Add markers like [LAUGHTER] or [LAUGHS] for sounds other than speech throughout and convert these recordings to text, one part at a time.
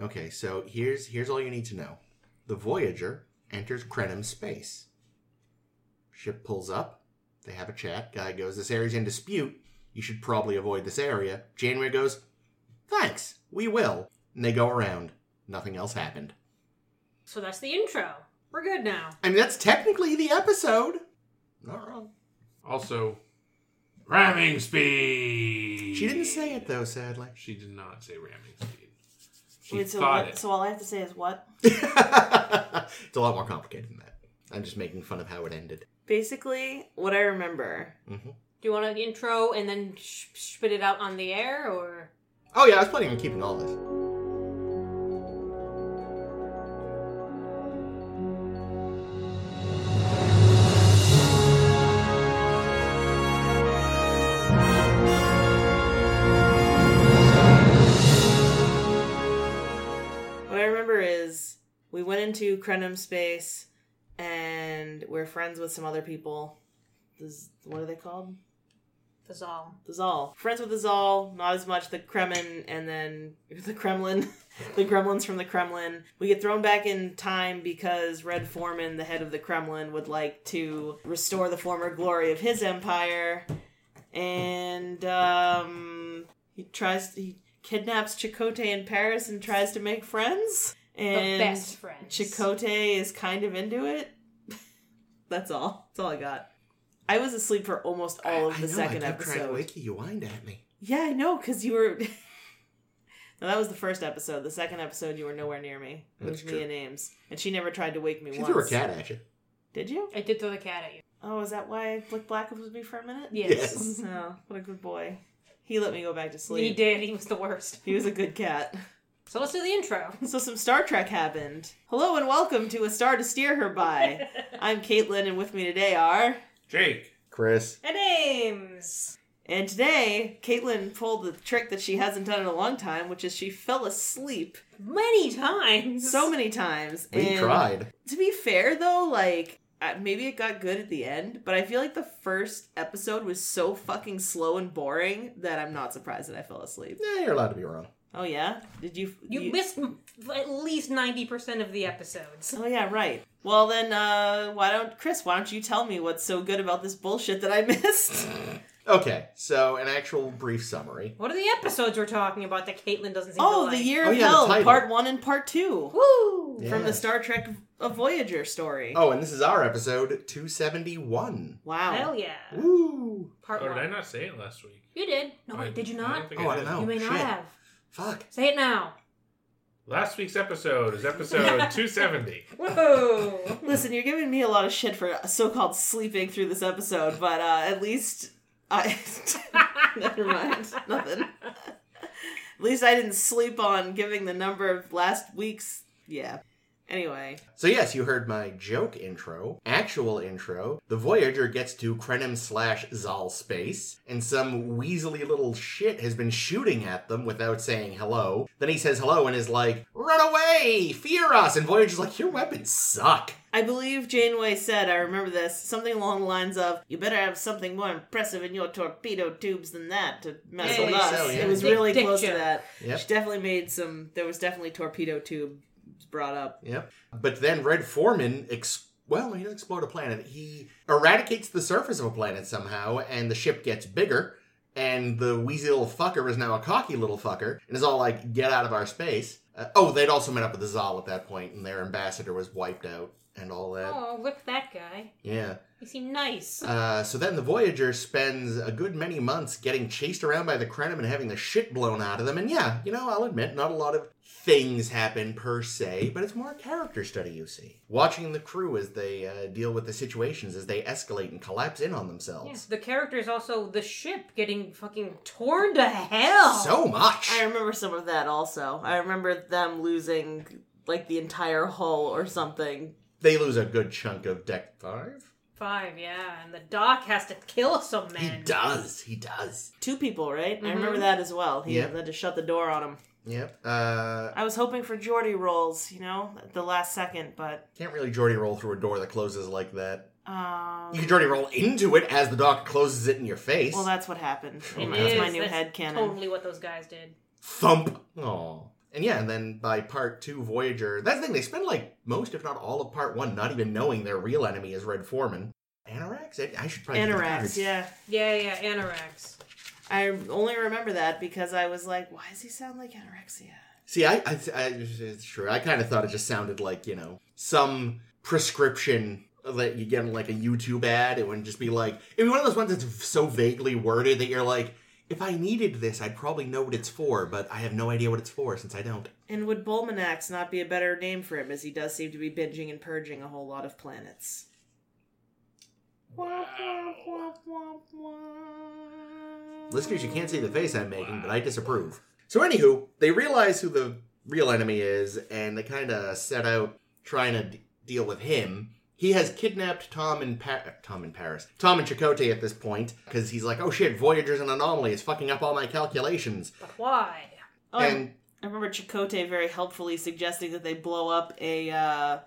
Okay, so here's here's all you need to know. The Voyager enters Krenim space. Ship pulls up. They have a chat. Guy goes, "This area's in dispute. You should probably avoid this area." Janeway goes, "Thanks, we will." And they go around. Nothing else happened. So that's the intro. We're good now. I mean, that's technically the episode. Not wrong. Also, ramming speed. She didn't say it though, sadly. [LAUGHS] She did not say ramming speed. She Wait, so, thought what, it. so all I have to say is what? it's a lot more complicated than that. I'm just making fun of how it ended. Basically, what I remember. hmm Do you want to intro and then sh- spit it out on the air, or Oh yeah, I was planning on keeping all this. What I remember is we went into Krenim space and we're friends with some other people. This, what are they called? the Zal? The Zal. Friends with the Zal, not as much the Kremlin, and then [LAUGHS] the Kremlin, the Gremlins from the Kremlin. We get thrown back in time because Red Foreman, the head of the Kremlin, would like to restore the former glory of his empire, and um, he tries he kidnaps Chakotay in Paris and tries to make friends. The And best friends. Chakotay is kind of into it. [LAUGHS] That's all. That's all I got. I was asleep for almost all of I- the I know, second I kept Trying to episode. wake you, you whined at me. Yeah, I know, because you were. [LAUGHS] no, that was the first episode. The second episode, you were nowhere near me. It That's was me true. and Ames, and she never tried to wake me She once. threw her cat at you. Did you? I did throw the cat at you. Oh, is that why Blick Black was with me for a minute? Yes. [LAUGHS] Oh, what a good boy. He let me go back to sleep. [LAUGHS] He did. He was the worst. He was a good cat. [LAUGHS] So let's do the intro. So some Star Trek happened. Hello and welcome to A Star to Steer Her By. [LAUGHS] I'm Caitlin, and with me today are. Jake. Chris. And Ames. And today, Caitlin pulled the trick that she hasn't done in a long time, which is she fell asleep Many times. so many times. We and tried. To be fair, though, like I- maybe it got good at the end, but I feel like the first episode was so fucking slow and boring that I'm not surprised that I fell asleep. Yeah, you're allowed to be wrong. Oh yeah, did you? You, missed m- at least 90% of the episodes. Oh yeah, right. Well then, uh, why don't Chris? Why don't you tell me what's so good about this bullshit that I [LAUGHS] missed? Okay, so an actual brief summary. What are the episodes we're talking about that Caitlin doesn't seem to oh, the like? year Oh, of yeah, the hell, title. part one and part two Woo! Yeah. from the Star Trek A Voyager story. Oh, and this is our episode 271. wow. Hell yeah. Uh. Woo! Part Oh, did one. I not say it last week? You did. No, I- wait, did you I not? don't think Oh, I don't did. know. you may not shit. have. Fuck. Say it now. Last week's episode is [LAUGHS] episode 270. Whoa! [LAUGHS] Listen, you're giving me a lot of shit for so-called sleeping through this episode, but uh, at least I [LAUGHS] never mind nothing. [LAUGHS] at least I didn't sleep on giving the number of last week's. Yeah. Anyway, So, yes, you heard my joke intro, actual intro. The Voyager gets to Krenim slash Zal space, and some weaselly little shit has been shooting at them without saying hello. Then he says hello and is like, Run away! Fear us! And Voyager's like, Your weapons suck. I believe Janeway said, I remember this, something along the lines of, "You better have something more impressive in your torpedo tubes than that to mess Yeah, with yeah, us." yeah. It was Big really dick close to joke. that. Yep. She definitely made some. There was definitely torpedo tubes brought up. Yep. But then Red Foreman, ex- well, he doesn't explode a planet. He eradicates the surface of a planet somehow, and the ship gets bigger, and the wheezy little fucker is now a cocky little fucker, and is all like, get out of our space. Uh, oh, they'd also met up with the Zal at that point, and their ambassador was wiped out and all that. oh, whip that guy. Yeah. He seemed nice. Uh, so then the Voyager spends a good many months getting chased around by the Krenim and having the shit blown out of them. And yeah, you know, I'll admit, not a lot of things happen per se, but it's more a character study, you see. Watching the crew as they uh, deal with the situations, as they escalate and collapse in on Yeah, themselves. the character is also the ship getting fucking torn to hell. So much! I remember some of that also. I remember them losing like the entire hull or something. They lose a good chunk of Deck 5. Five, yeah, and the doc has to kill some He men. does, he does. Two people, right? I Mhm. remember that as well. He Yeah. had to shut the door on him. Yep. Uh, I was hoping for Geordie rolls, you know, at the last second, but can't really Geordie roll through a door that closes like that. um, You can Geordie roll into it as the dock closes it in your face. well, that's what happened. Oh It my that's is, my new that's head cannon. Totally what those guys did. Thump! Aw. And yeah, and then by part two, Voyager. That's the thing, they spend like most, if not all of part one, not even knowing their real enemy is Red Foreman. Anorax? I, I should probably. get the cards. Anorax, yeah. Yeah, yeah, Anorax. I only remember that because I was like, why does he sound like anorexia? See, I, I, I it's true. I kind of thought it just sounded like you know some prescription that you get in like a YouTube ad. It wouldn't just be like it'd be one of those ones that's so vaguely worded that you're like, if I needed this, I'd probably know what it's for, but I have no idea what it's for since I don't. And would Bulmanax not be a better name for him as he does seem to be binging and purging a whole lot of planets? Wow. Listeners, you can't see the face I'm making, but I disapprove. So, anywho, they realize who the real enemy is, and they kind of set out trying to d- deal with him. He has kidnapped Tom and pa- Tom in Paris, Tom and Chakotay at this point, because he's like, "Oh shit, Voyager's an anomaly. It's fucking up all my calculations." But why? Oh, and I remember Chakotay very helpfully suggesting that they blow up a uh,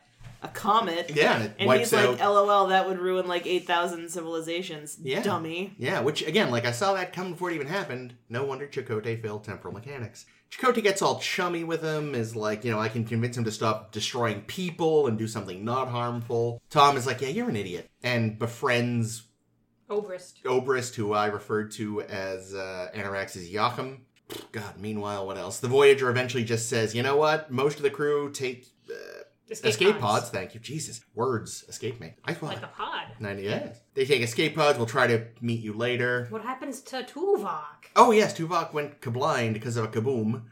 a comet. yeah, and it And wipes he's out. like, LOL, that would ruin like 8,000 civilizations. Yeah. Dummy. Yeah, which again, like I saw that come before it even happened. No wonder Chakotay failed temporal mechanics. Chakotay gets all chummy with him, is like, you know, I can convince him to stop destroying people and do something not harmful. Tom is like, yeah, you're an idiot, and befriends Obrist. Obrist, who I referred to as uh, Anorax's Joachim. God, meanwhile, what else? The Voyager eventually just says, you know what? Most of the crew take escape pods. Thank you, Jesus. Words escape me. I thought. Like a pod. 90 days. They take escape pods. We'll try to meet you later. What happens to Tuvok? Oh yes, Tuvok went blind because of a kaboom,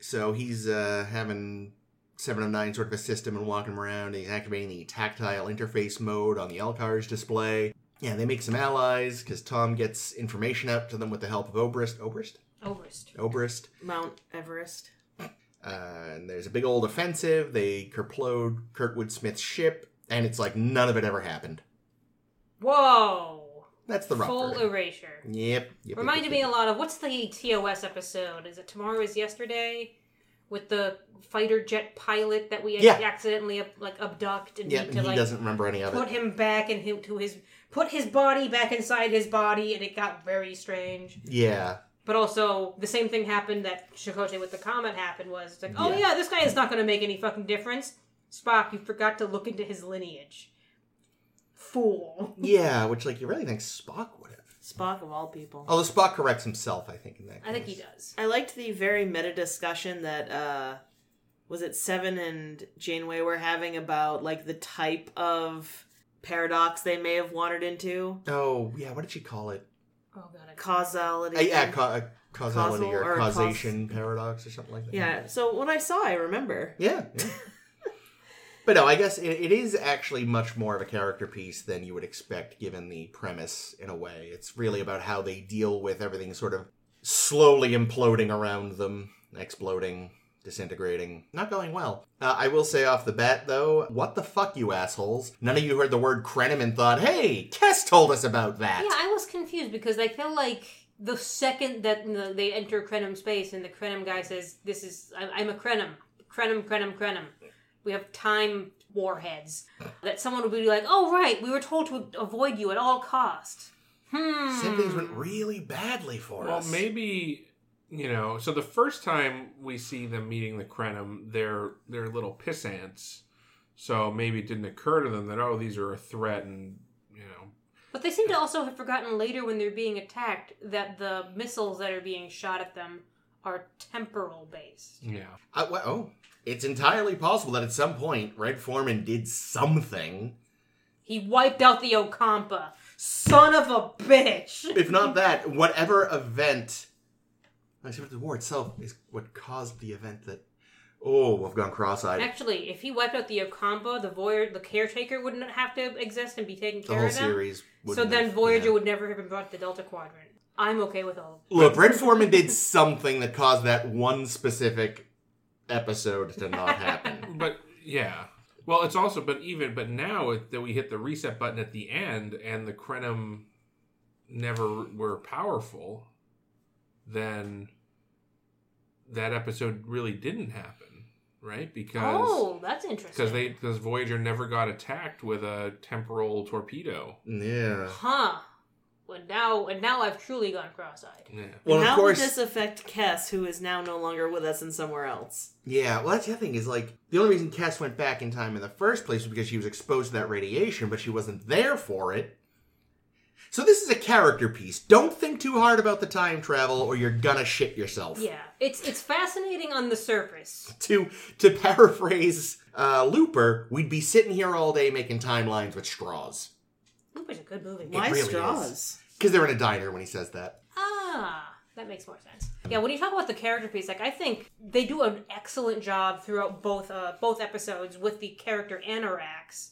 so he's uh, having seven of nine sort of a system and walking around. He's activating the tactile interface mode on the Elcar's display. Yeah, they make some allies because Tom gets information out to them with the help of Obrist. Obrist. Obrist. Obrist. Mount Everest. Uh, and there's a big old offensive. They kerplode Kurtwood Smith's ship, and it's like none of it ever happened. Whoa. That's the rough Full version. erasure. Yep. yep Reminded yep, me yep, a lot of what's the TOS episode? Is it Tomorrow is Yesterday? With the fighter jet pilot that we Yeah. accidentally like abduct and Yep, need and to he like doesn't remember any of it. put him back and him to his put his body back inside his body and it got very strange Yeah. but also the same thing happened that Chakotay with the comet happened was it's like oh Yeah. yeah this guy is not going to make any fucking difference Spock you forgot to look into his lineage fool Yeah, which like you really think Spock would have. Spock of all people. Although Spock Oh, corrects himself, I think in that. Case. I think he does I liked the very meta discussion that uh was it Seven and Janeway were having about like the type of paradox they may have wandered into. Oh yeah, what did she call it? oh god I Causality. Uh, yeah, ca- uh, causality Causal or, or caus- causation paradox or something like that. Yeah, So when I saw I remember. Yeah. yeah. but no, I guess it, it is actually much more of a character piece than you would expect, given the premise. In a way, it's really about how they deal with everything, sort of slowly imploding around them, exploding. Disintegrating, not going well. Uh, I will say off the bat, though, what the fuck, you assholes! None of you heard the word Krenim and thought, "Hey, Kess told us about that." yeah I was confused because I feel like the second that you know, they enter Krenim space and the Krenim guy says this is I'm, I'm a Krenim Krenim Krenim Krenim we have time warheads that someone would be like oh right we were told to avoid you at all cost hmm Some things went really badly for Well, us. maybe you know. So the first time we see them meeting the Krenim, they're they're little pissants. So maybe it didn't occur to them that oh, these are a threat, and you know, But they seem to also have forgotten later when they're being attacked that the missiles that are being shot at them are temporal based. yeah. I, well, oh, it's entirely possible that at some point Red Foreman did something. He wiped out the Okampa. Son of a bitch! If not that, whatever event, except the war itself, is what caused the event that. Oh, I've gone cross-eyed. Actually, if he wiped out the Okampa, the Voyager, the caretaker wouldn't have to exist and be taken The care whole of. Them. series. So wouldn't then have- Voyager yeah. would never have been brought to the Delta Quadrant. I'm okay with all. Look, Red Foreman did something that caused that one specific episode to not happen. [LAUGHS] But yeah. Well, it's also but even but now it, that we hit the reset button at the end and the Krenim never were powerful, then that episode really didn't happen, right? Because Oh, that's interesting. because they because Voyager never got attacked with a temporal torpedo. yeah. Huh. But now, and now I've truly gone cross-eyed. Yeah. Well, and of how course, would this affect Kess, who is now no longer with us and somewhere else? yeah. Well, that's the thing is like the only reason Cass went back in time in the first place was because she was exposed to that radiation, but she wasn't there for it. So this is a character piece. Don't think too hard about the time travel, or you're gonna shit yourself. Yeah, it's it's fascinating on the surface. To to paraphrase uh, Looper, we'd be sitting here all day making timelines with straws Looper's a good movie. Why really is. straws? because they're in a diner when he says that. Ah, that makes more sense. Yeah, when you talk about the character piece, like I think they do an excellent job throughout both uh, both episodes with the character Anorax.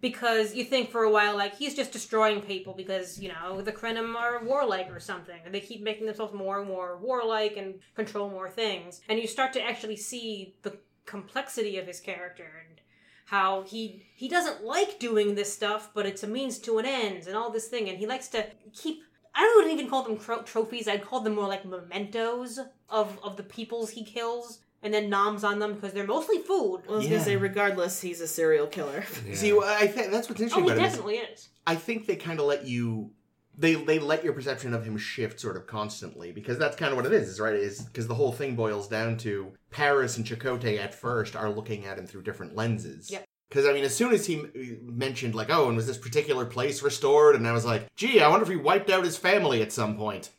Because you think for a while, like he's just destroying people because you know the Krenim are warlike or something, and they keep making themselves more and more warlike and control more things. And you start to actually see the complexity of his character and how he he doesn't like doing this stuff, but it's a means to an end and all this thing, and he likes to keep. I wouldn't even call them tro- trophies. I'd call them more like mementos of of the peoples he kills, and then noms on them because they're mostly food. Well, I was Yeah. gonna say, regardless, he's a serial killer. Yeah. See, well, I think that's what's interesting Oh, he about it. Is definitely is. I think they kind of let you. They, they let your perception of him shift sort of constantly because that's kind of what it is, is right? Is because the whole thing boils down to Paris and Chakotay at first are looking at him through different lenses. Yep. Because I mean, as soon as he m- mentioned like, oh, and was this particular place restored? And I was like, gee, I wonder if he wiped out his family at some [LAUGHS] point.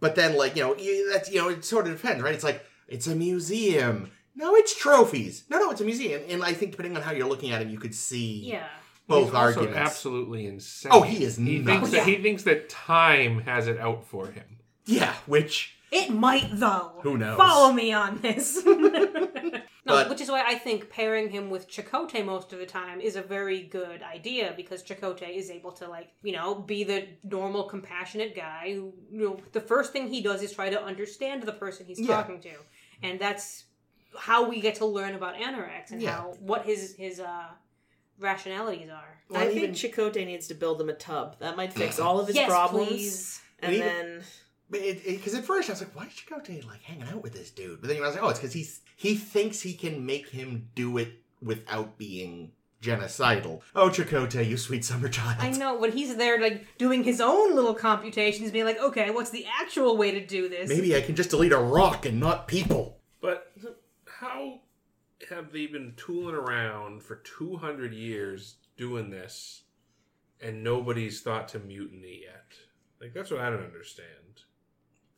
but then, like, you know, you- that's you know, it sort of depends, right? It's like it's a museum. No, it's trophies. No, no, it's a museum. And I think depending on how you're looking at him, you could see Yeah. both He's also arguments. absolutely insane. Oh, he is He nuts. thinks that he thinks that time has it out for him. Yeah, which It might though. Who knows? Follow me on this. [LAUGHS] no, But- which is why I think pairing him with Chakotay most of the time is a very good idea because Chakotay is able to like you know be the normal compassionate guy. Who, you know, the first thing he does is try to understand the person he's Yeah. talking to, and that's how we get to learn about Anorex and Yeah. how what his his uh, rationalities are. Well, I even- think Chakotay needs to build him a tub. That might [CLEARS THROAT] fix all of his yes, problems. please. And Even- then because at first I was like, why is Chakotay like hanging out with this dude? But then I was like, oh, it's because he's he thinks he can make him do it without being genocidal. Oh, Chakotay, you sweet summer child. I know, but he's there like doing his own little computations, being like, okay, what's the actual way to do this? Maybe I can just delete a rock and not people. But how have they been tooling around for 200 years doing this and nobody's thought to mutiny yet? Like, that's what I don't understand.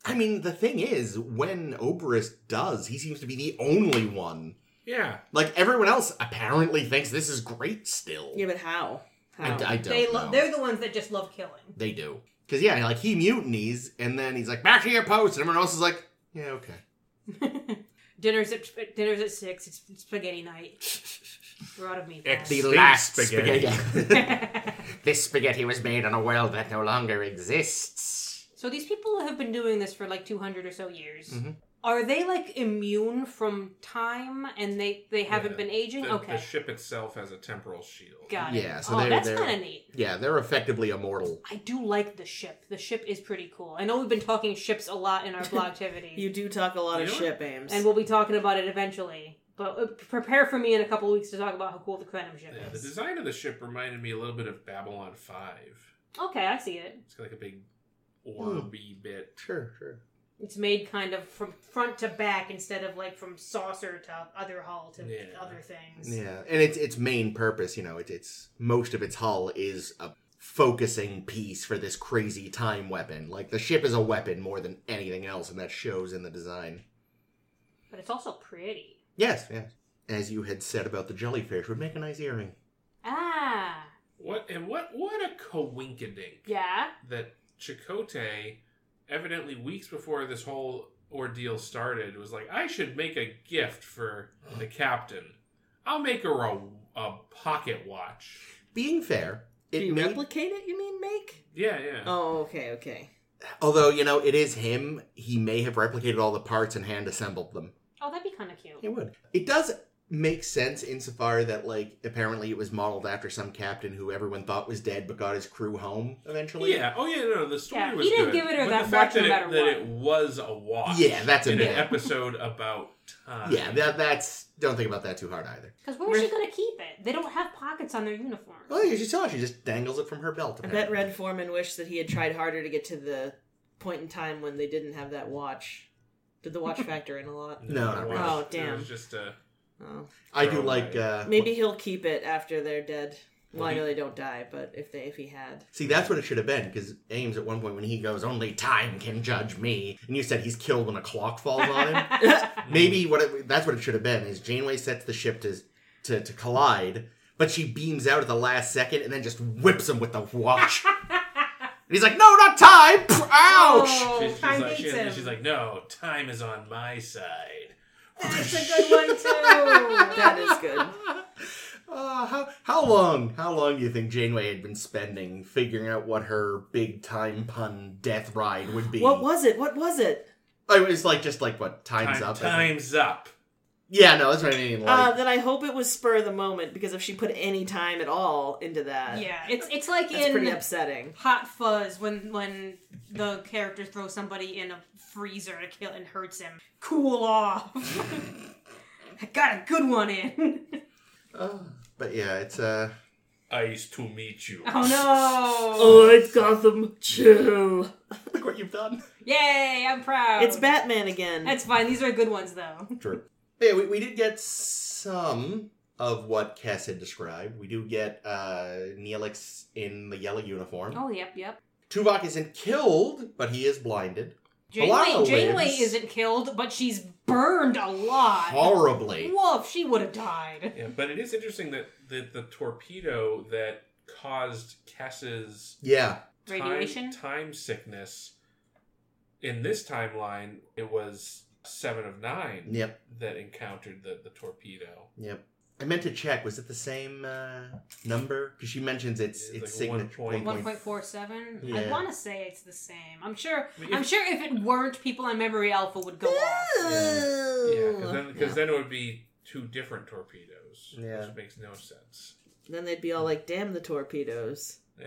I mean, the thing is, when Oberus does, he seems to be the only one. Yeah. Like everyone else, apparently thinks this is great still. yeah, but how? I, How? I don't They lo- know. they're the ones that just love killing. They do. Because, yeah, like he mutinies, and then he's like, back to your post. And everyone else is like, yeah, okay. Dinner's at dinner's at six. It's spaghetti night. [LAUGHS] We're out of meat. The Steak last spaghetti. spaghetti. [LAUGHS] this spaghetti was made in a world that no longer exists. so these people have been doing this for like two hundred or so years. Mm-hmm. Mhm. Are they like immune from time and they they haven't Yeah. been aging? The, okay, the ship itself has a temporal shield. got it. Yeah, so oh, they're- that's they're- kind of neat. Yeah, they're effectively immortal. I do like the ship. The ship is pretty cool. I know we've been talking ships a [LAUGHS] lot in our blog activity. You do talk a lot You of know ship, Ames. and we'll be talking about it eventually. But uh, prepare for me in a couple of weeks to talk about how cool the Krenim ship Yeah, the is. design of the ship reminded me a little bit of Babylon 5. Okay, I see it. It's got like a big Hmm. orby bit. Sure, sure. It's made kind of from front to back instead of like from saucer to other hull to Yeah. other things. Yeah, and its its main purpose, you know, it, it's most of its hull is a focusing piece for this crazy time weapon. Like the ship is a weapon more than anything else, and that shows in the design. But it's also pretty. Yes, yes. As you had said about the jellyfish, would make a nice earring. Ah, What and what? What a coinkadink! yeah. that Chakotay, evidently weeks before this whole ordeal started, was like, "I should make a gift for the captain. I'll make her a, a pocket watch." Being fair, do it you made replicate it? You mean make? Yeah, yeah. Oh, okay, okay. Although, you know, it is him. He may have replicated all the parts and hand assembled them. Oh, that'd be kind of cute. He would. It does makes sense insofar that like apparently it was modeled after some captain who everyone thought was dead but got his crew home eventually. Yeah. Oh yeah. No, the story Yeah, he was. didn't good. give it her but that the fact much no that, matter it, what. that it was a watch. Yeah, that's a in bit. an episode about time. Yeah, that, that's don't think about that too hard either. Because where was she going to keep it? They don't have pockets on their uniforms. Oh, yeah, she saw it. She just dangles it from her belt. I bet apparently. Red Foreman wished that he had tried harder to get to the point in time when they didn't have that watch. Did the watch factor in a lot? No, not it really. Oh, was- It damn. was just a. Oh. I do like uh, Maybe he'll keep it after they're dead. Well, I Well, know they don't die, but if they if he had, See, that's what it should have been, because Ames at one point when he goes, "Only time can judge me," and you said he's killed when a clock falls [LAUGHS] [LAUGHS] on [LAUGHS] him. Maybe what it, that's what it should have been is Janeway sets the ship to, to to collide, but she beams out at the last second and then just whips him with the watch. and he's like, "No, not time! Pff, Ouch!" Oh, She's, she's time like, she- beats him. she's like, no, time is on my side. It's a good one [LAUGHS] too. that is good. Uh, how how long how long do you think Janeway had been spending figuring out what her big time pun death ride would be? Oh, What was it? What was it? It was like just like what times Time, up. I think. time's up. Yeah, no, that's what I mean. Like, Uh, then I hope it was spur of the moment because if she put any time at all into that, yeah, it's it's like that's in pretty upsetting. Hot Fuzz when when the character throws somebody in a freezer to kill and hurts him. Cool off. [LAUGHS] I got a good one in. [LAUGHS] Uh, but yeah, it's uh Ice to meet you. oh no! Oh, it's Gotham. Chill. look what you've done. Yay! I'm proud. It's Batman again. That's fine. These are good ones though. True. Yeah, we, we did get some of what Cass had described. We do get uh Neelix in the yellow uniform. Oh yep, yep. Tuvok isn't killed, but he is blinded. Janeway, Belial Janeway lives. isn't killed, but she's burned alive. Horribly. Woof! She would have died. Yeah, but it is interesting that the, the torpedo that caused Cass's Yeah. time- Radiation? time sickness in this timeline, it was seven of nine Yep. that encountered the, the torpedo. Yep. I meant to check. Was it the same uh, number? Because she mentions it's It's it's like one signature. point- One point four seven. I Yeah. want to say it's the same. I'm sure. I mean, I'm if- sure if it weren't, people on Memory Alpha would go off. Yeah, because then, 'cause Yeah. then it would be two different torpedoes, Yeah. which makes no sense. Then they'd be all like, damn the torpedoes. Eh,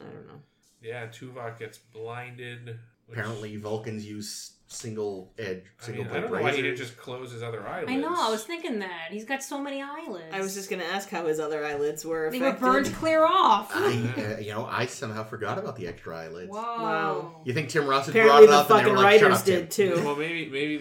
I don't know. yeah, Tuvok gets blinded. which- Apparently, Vulcans use single edge, I, single mean, I blade don't know why he razors. didn't just close his other eyelids. I know. I was thinking that he's got so many eyelids. I was just going to ask how his other eyelids were they affected. were burned clear [LAUGHS] off. [LAUGHS] I, uh, you know, I somehow forgot about the extra eyelids. Whoa. Wow. You think Tim Ross had Apparently brought it the up and they fucking were like, "Shut writers up, Tim." did too. [LAUGHS] Well, maybe maybe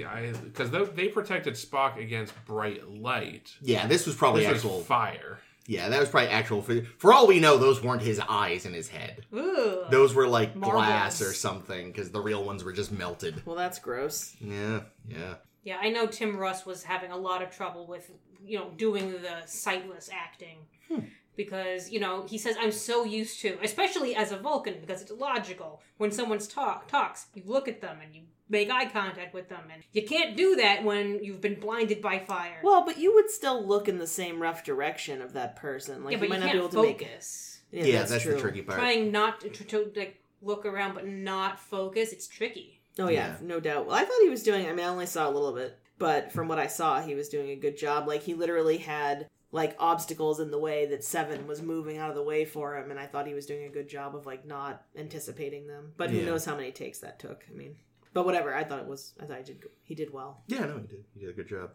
the I because they, they protected Spock against bright light. Yeah, this was probably This actual. was fire. yeah, that was probably actual. For, for all we know, those weren't his eyes in his head. Ooh. Those were like Marbles. glass or something, because the real ones were just melted. Well, that's gross. Yeah, yeah. Yeah, I know Tim Russ was having a lot of trouble with, you know, doing the sightless acting. Hmm. Because, you know, he says, I'm so used to, especially as a Vulcan, because it's logical. When someone's talk talks, you look at them and you make eye contact with them. And you can't do that when you've been blinded by fire. Well, but you would still look in the same rough direction of that person. Like yeah, but you might you not can't be able to make it. focus. Yeah, that's, the tricky part. Trying not to, to, like, look around but not focus, it's tricky. Oh yeah, Yeah. no doubt. Well, I thought he was doing. I mean, I only saw a little bit, but from what I saw, he was doing a good job. Like he literally had like obstacles in the way that Seven was moving out of the way for him, and I thought he was doing a good job of like not anticipating them. But who Yeah. knows how many takes that took? I mean, but whatever. I thought it was. I thought he did. He did well. Yeah, no, he did. He did a good job.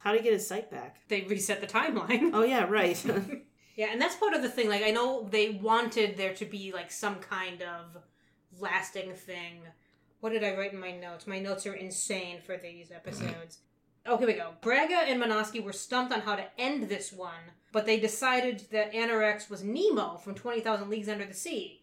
How did he get his sight back? They reset the timeline. [LAUGHS] Oh yeah, right. Yeah, and that's part of the thing. Like, I know they wanted there to be like some kind of lasting thing. What did I write in my notes? My notes are insane for these episodes. [CLEARS THROAT] Oh, here we go. Braga and Minoski were stumped on how to end this one, but they decided that Anorex was Nemo from 20,000 Leagues Under the Sea.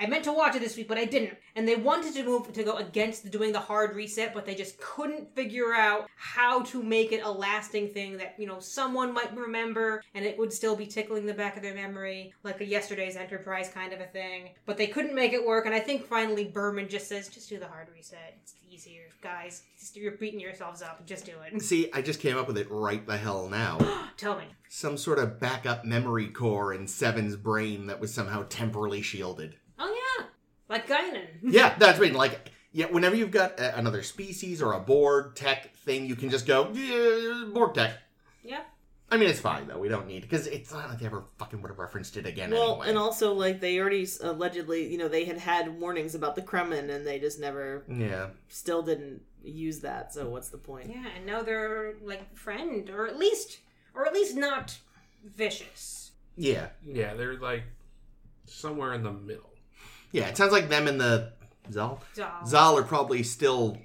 I meant to watch it this week, but I didn't. And they wanted to move to go against doing the hard reset, but they just couldn't figure out how to make it a lasting thing that, you know, someone might remember and it would still be tickling the back of their memory, like a yesterday's enterprise kind of a thing. But they couldn't make it work, and I think finally Berman just says, just do the hard reset. It's easier. Guys, just- you're beating yourselves up. Just do it. [LAUGHS] See, I just came up with it right the hell now. Tell me. Some sort of backup memory core in Seven's brain that was somehow temporally shielded. Oh, yeah. Like Guinan. [LAUGHS] uh, yeah, that's what I mean. Like, yeah, whenever you've got a, another species or a Borg tech thing, you can just go yeah, Borg tech. Yeah. I mean, it's fine though. We don't need because it's not like they ever fucking would have referenced it again [LAUGHS] Well, anyway. and also like they already s- allegedly, you know, they had had warnings about the Kremlin, and they just never, yeah, still didn't use that. So what's the point? Yeah, and now they're like friend, or at least, or at least not vicious. yeah, Yeah, they're like somewhere in the middle. yeah. It sounds like them and the Zal. Zal Zal are probably still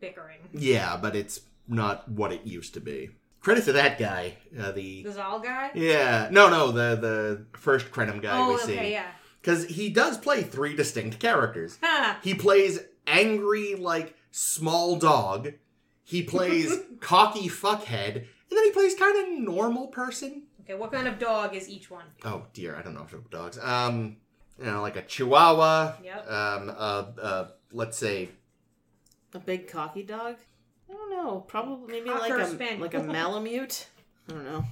bickering. yeah, but it's not what it used to be. Credit to that guy. Uh, the The Zal guy. yeah, no, no, the the first Krenim guy oh, we okay, see yeah. because he does play three distinct characters. Ha! He plays angry, like, small dog. He [LAUGHS] plays cocky fuckhead. And then he plays kind of normal person. Okay, what kind of dog is each one? Oh, dear. I don't know if they're dogs. Um, you know, like a chihuahua. Yep. Um, uh, uh, let's say, A big cocky dog? I don't know. Probably maybe Cocker like a spaniel. like a Malamute. I don't know.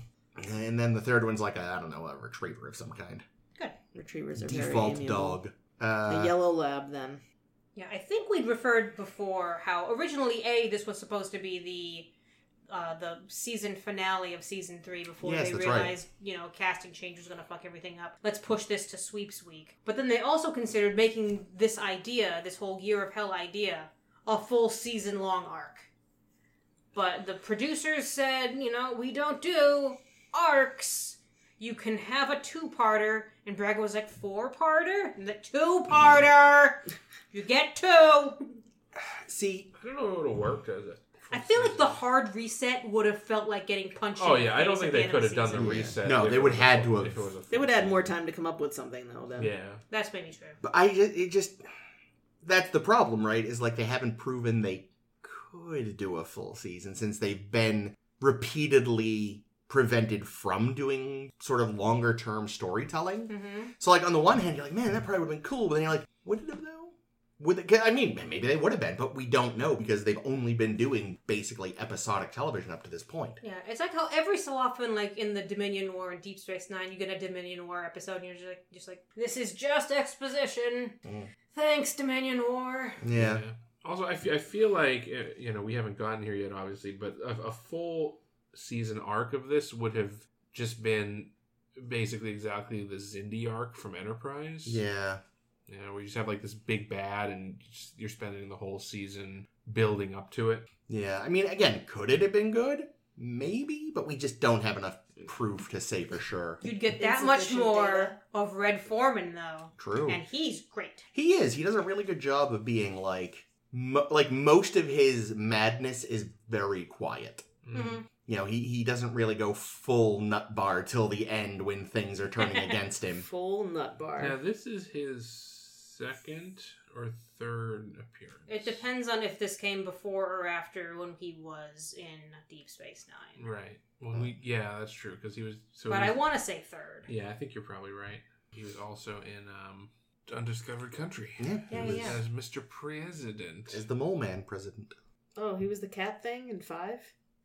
and then the third one's like a, I don't know, a retriever of some kind. Retrievers are very Default amiable. dog. A Uh, yellow lab then. Yeah, I think we'd referred before how originally a this was supposed to be the uh, the season finale of season three before Yes, they that's right. realized you know casting change was going to fuck everything up. Let's push this to sweeps week. But then they also considered making this idea, this whole year of hell idea, a full season long arc. But the producers said, you know, we don't do arcs. You can have a two parter. And Braga was like, four parter? And the two parter! You get two! see, I don't know if it would have worked as it. I feel like the hard reset would have felt like getting punched. Oh in the yeah, I don't face think at they end of could have done the season. Yeah. reset. No, if they it would was had a- to have- if it was a They would add full more season. time to come up with something though then. Yeah, That's maybe true. but I ju- it just, that's the problem, right? Is like they haven't proven they could do a full season since they've been repeatedly prevented from doing sort of longer term storytelling. Mm-hmm. So, like, on the one hand, you're like, man, that probably would have been cool. But then you're like, would it have, though? Would it, 'cause, I mean, maybe they would have been, but we don't know because they've only been doing basically episodic television up to this point. Yeah, it's like how every so often, like in the Dominion War and Deep Space Nine, you get a Dominion War episode, and you're just like, just like this is just exposition. Mm. Thanks, Dominion War. Yeah. Also, I fe- I feel like uh, you know we haven't gotten here yet, obviously, but a, a full season arc of this would have just been basically exactly the Zindi arc from Enterprise. Yeah. you know, where you just have like this big bad, and just, you're spending the whole season building up to it. Yeah. I mean, again, could it have been good? Maybe, but we just don't have enough proof to say for sure. You'd get that much Insufficient more data. of Red Foreman though, True. and he's great. He is. He does a really good job of being like, mo- like most of his madness is very quiet. Mm-hmm. Mm-hmm. Mhm. You know, he, he doesn't really go full nut bar till the end when things are turning against him. Full nut Now bar. this is his second or third appearance. It depends on if this came before or after when he was in Deep Space Nine. Right. Well, we yeah, that's true because he was. So but he I was- want to say third. Yeah, I think you're probably right. He was also in um, Undiscovered Country. Yeah. He Yeah, was yeah. As Mr. President. Is the mole man president? Oh, he was the cat thing in five?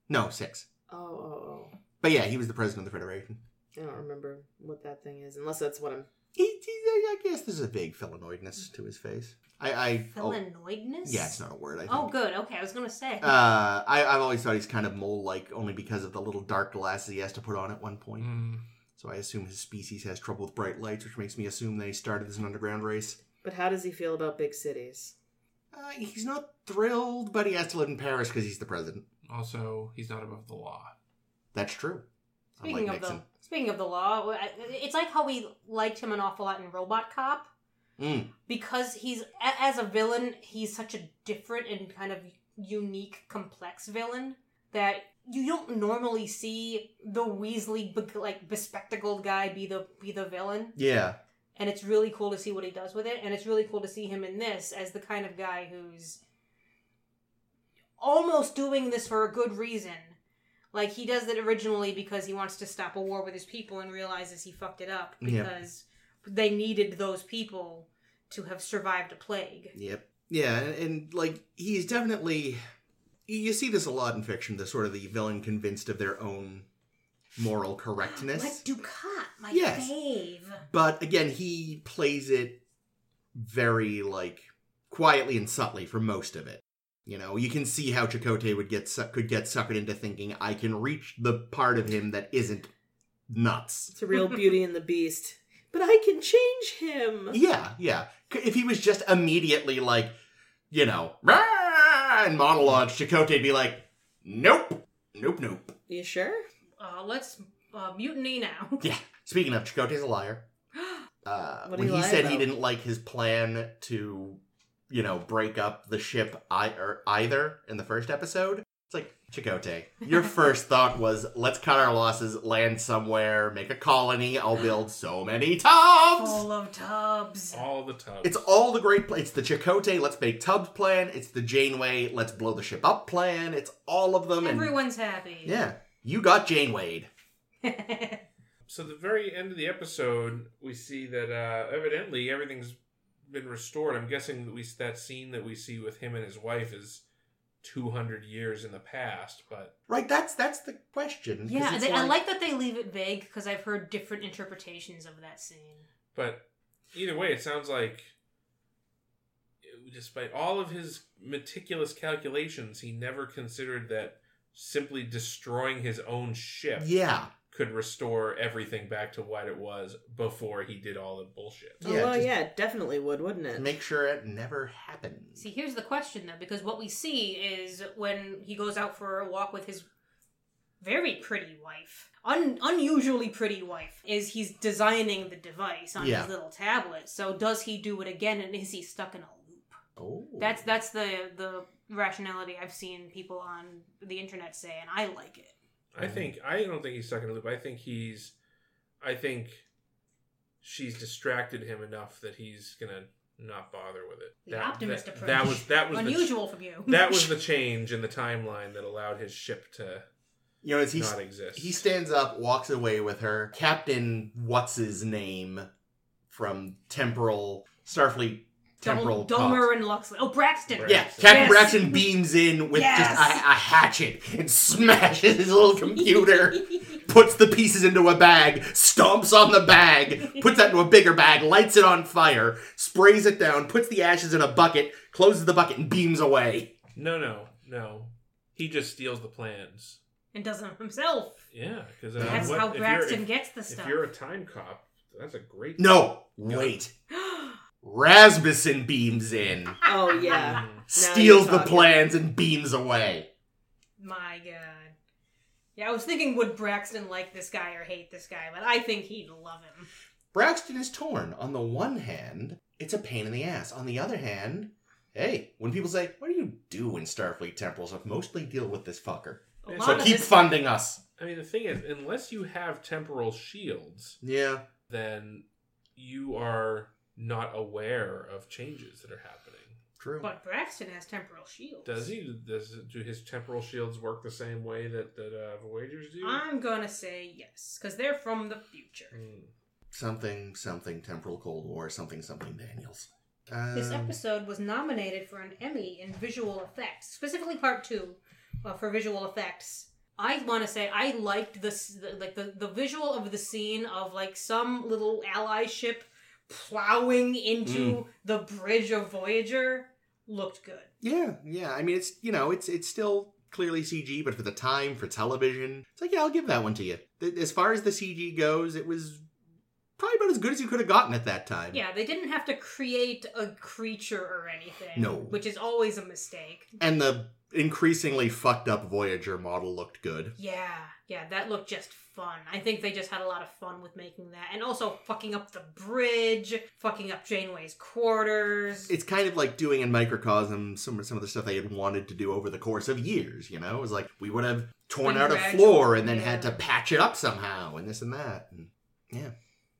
No, six. Oh, oh, oh. But yeah, he was the president of the Federation. I don't remember what that thing is, unless that's what I'm He, he- I guess there's a vague felinoidness to his face. I, I oh, Felinoidness? yeah, it's not a word. I think. Oh, good. Okay, I was gonna say. Uh, I, I've always thought he's kind of mole-like, only because of the little dark glasses he has to put on at one point. Mm. So I assume his species has trouble with bright lights, which makes me assume they started as an underground race. But how does he feel about big cities? Uh, he's not thrilled, but he has to live in Paris because he's the president. Also, he's not above the law. That's true. Speaking of the speaking of the law, I- it's like how we liked him an awful lot in Robot Cop the mm, because he's a- as a villain, he's such a different and kind of unique, complex villain that you don't normally see the Weasley be- like bespectacled guy be the be the villain, yeah, and it's really cool to see what he does with it, and it's really cool to see him in this as the kind of guy who's almost doing this for a good reason. Like he does that originally because he wants to stop a war with his people and realizes he fucked it up Yeah. because they needed those people to have survived a plague. yep, yeah, and, and like he's definitely. You you see this a lot in fiction. The sort of the villain convinced of their own moral correctness. Like Ducat, my Yes. fave. but again he plays it very like quietly and subtly for most of it You know, you can see how Chakotay would get su- could get suckered into thinking I can reach the part of him that isn't nuts. It's [LAUGHS] a real Beauty and the Beast. But I can change him. Yeah, yeah. C- If he was just immediately like, you know, "Rah!" and monologue, Chakotay'd be like, nope, nope, nope. You sure? Uh, let's uh, mutiny now. [GASPS] Yeah. Speaking of, Chakotay's a liar. Uh, What did when he he lie said he about? didn't like his plan to, you know, break up the ship I- or either in the first episode, it's like Chakotay. [LAUGHS] Your first thought was, let's cut our losses, land somewhere, make a colony. [GASPS] I'll build so many tubs. Full of tubs. all the time. It's all the great. Pl- it's the Chakotay. Let's make tubs plan. It's the Janeway. Let's blow the ship up plan. It's all of them. And Everyone's happy. yeah, you got Janewayed. [LAUGHS] so the very end of the episode, we see that uh, evidently everything's been restored. I'm guessing that we that scene that we see with him and his wife is 200 years in the past, but Right. That's that's the question. 'cause yeah, it's they, I like that they leave it vague because I've heard different interpretations of that scene. but either way, it sounds like despite all of his meticulous calculations, he never considered that simply destroying his own ship Yeah. could restore everything back to what it was before he did all the bullshit. Oh, Yeah, well, just- yeah, it definitely would, wouldn't it? Make sure it never happens. See, here's the question though, because what we see is when he goes out for a walk with his very pretty wife, un- unusually pretty wife, is he's designing the device on Yeah. his little tablet. So does he do it again, and is he stuck in a loop? Oh. That's that's the the rationality I've seen people on the internet say, and I like it. I think I don't think he's stuck in a loop. I think he's I think she's distracted him enough that he's gonna not bother with it. The optimist that, approach. That was that was the, Unusual from you. [LAUGHS] that was the change in the timeline that allowed his ship to you know. As he not exist. he stands up, walks away with her. Captain what's his name from Temporal Starfleet Temporal. Dumb- Talks. Dumber and Luxley. Oh, Braxton. [LAUGHS] Braxton. Yeah, Captain Yes. Braxton beams in with Yes. just a, a hatchet and smashes his little computer, [LAUGHS] puts the pieces into a bag, stomps on the bag, puts that into a bigger bag, lights it on fire, sprays it down, puts the ashes in a bucket, closes the bucket, and beams away. No no, no. He just steals the plans. and does them himself. Yeah, because That's What- how if Braxton you're, if, gets the if stuff. [GASPS] you're a time cop, that's a great No, wait. Rasmussen beams in, Oh, yeah. Mm. steals you're the talking. plans, and beams away. My God. Yeah, I was thinking, would Braxton like this guy or hate this guy? But I think he'd love him. Braxton is torn. On the one hand, it's a pain in the ass. On the other hand, hey, when people say, What do you do in Starfleet Temporals? I mostly deal with this fucker. A So lot So of keep this- funding us. I mean the thing is, unless you have temporal shields, Yeah. then you are not aware of changes that are happening. True. But Braxton has temporal shields. Does he? Does do his temporal shields work the same way that that uh, Voyagers do? I'm gonna say yes, because they're from the future. Hmm. Something, something, temporal Cold War, something, something, Daniels. Um, This episode was nominated for an Emmy in visual effects, specifically part two uh, for visual effects. I want to say I liked this, the, like the, the visual of the scene of like some little ally ship plowing into the bridge of Voyager looked good. Yeah, yeah. I mean, it's you know, it's it's still clearly CG, but for the time for television, it's like yeah, I'll give that one to you. Th- As far as the CG goes, it was probably about as good as you could have gotten at that time. Yeah, they didn't have to create a creature or anything. No. which is always a mistake. And the increasingly fucked up Voyager model looked good. Yeah, yeah, that looked just fun. I think they just had a lot of fun with making that. And also fucking up the bridge, fucking up Janeway's quarters. It's kind of like doing in microcosm some some of the stuff they had wanted to do over the course of years. You know, it was like we would have torn Been out a gradual, floor and then yeah. had to patch it up somehow, and this and that. And yeah,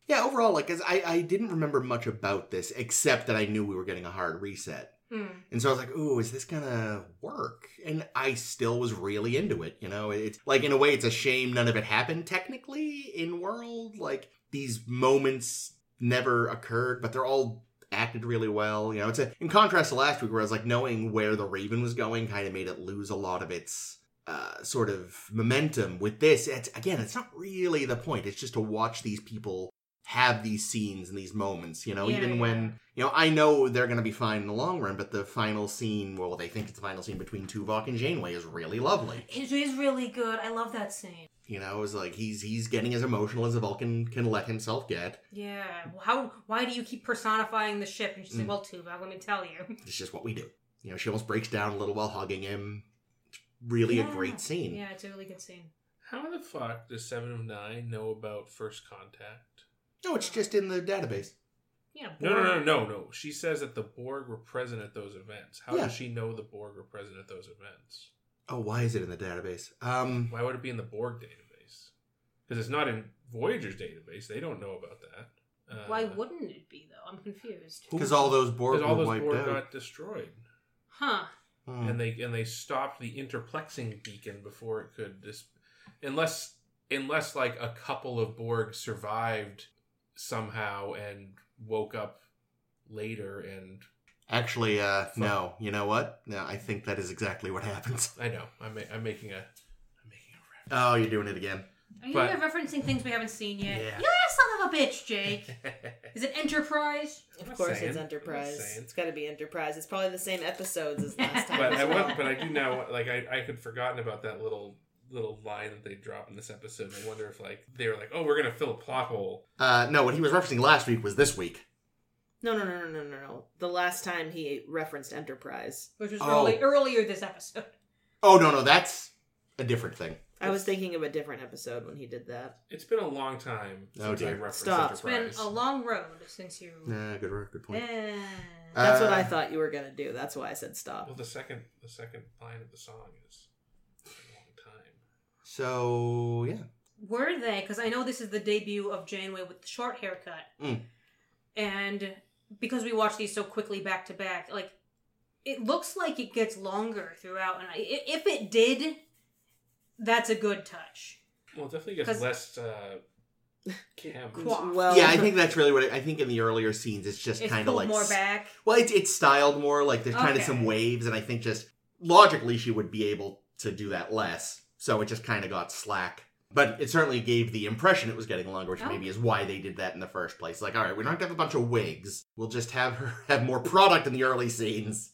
yeah. Overall, like, 'cause I I didn't remember much about this except that I knew we were getting a hard reset, Mm. and so I was like, "Ooh, is this gonna work?" And I still was really into it. You know, it's like in a way, it's a shame none of it happened technically in world. Like these moments never occurred, but they're all acted really well. You know, it's a, in contrast to last week where I was like knowing where the Raven was going kind of made it lose a lot of its uh, sort of momentum. With this, it's again, it's not really the point. It's just to watch these people have these scenes and these moments, you know, Yeah, even yeah. when, you know, I know they're going to be fine in the long run, but the final scene, well, they think it's the final scene between Tuvok and Janeway is really lovely. It is really good. I love that scene. You know, it's like he's he's getting as emotional as a Vulcan can let himself get. Yeah. Well, How? Why do you keep personifying the ship? And she's Mm. like, "Well, Tuvok, let me tell you." It's just what we do. You know, she almost breaks down a little while hugging him. It's really Yeah. a great scene. Yeah, it's a really good scene. How the fuck does Seven of Nine know about First Contact? No, it's just in the database. Yeah. No, no, Borg. no, no, no. She says that the Borg were present at those events. How Yeah. does she know the Borg were present at those events? Oh, why is it in the database? Um, Why would it be in the Borg database? Because it's not in Voyager's database. They don't know about that. Uh, Why wouldn't it be though? I'm confused. because all those Borg Because were all those wiped Borg out. got destroyed, Huh. Hmm. and they and they stopped the interplexing beacon before it could dis- unless unless like a couple of Borg survived somehow and woke up later and Actually, uh, Fuck. no. You know what? No, I think that is exactly what happens. [LAUGHS] I know I'm ma- I'm making a I'm making a reference. Oh, you're doing it again. Are you But- referencing things we haven't seen yet? Yeah. Yeah, son of a [LAUGHS] bitch, Jake. Is it Enterprise? I'm Of not course, saying. it's I'm not Enterprise. saying. It's got to be Enterprise. It's probably the same episodes as [LAUGHS] last [LAUGHS] time. but as I well. want, but I do now. Like I, I had forgotten about that little little line that they drop in this episode. I wonder if like they were like, oh, we're gonna fill a plot hole. Uh, no, what he was referencing last week was this week. No, no, no, no, no, no, no. The last time he referenced Enterprise, Which was Oh. early, earlier this episode. Oh no, no, that's a different thing. I was thinking of a different episode when he did that. It's been a long time Oh, since I dear. referenced Stop. It's been Enterprise. a long road since you. Nah, good work, good point. Eh. That's what Uh, I thought you were gonna do. That's why I said well, stop. the second the second line of the song is it's been a long time. So yeah, Were they? Because I know this is the debut of Janeway with the short haircut, Mm. and because we watched these so quickly back to back, like it looks like it gets longer throughout. And I, i- if it did, that's a good touch. Well, it definitely gets 'Cause- less. Uh, camp. Quaff. Well, yeah, I think that's really what I, I think in the earlier scenes. It's just Oh. It's kind of pulled like more s- back. Well, it's it's styled more like there's kind of Okay. some waves, and I think just logically she would be able to do that less. So it just kind of got slack. But it certainly gave the impression it was getting longer, which Oh. maybe is why they did that in the first place. Like, all right, we don't have to have a bunch of wigs. We'll just have her [LAUGHS] have more product in the early scenes,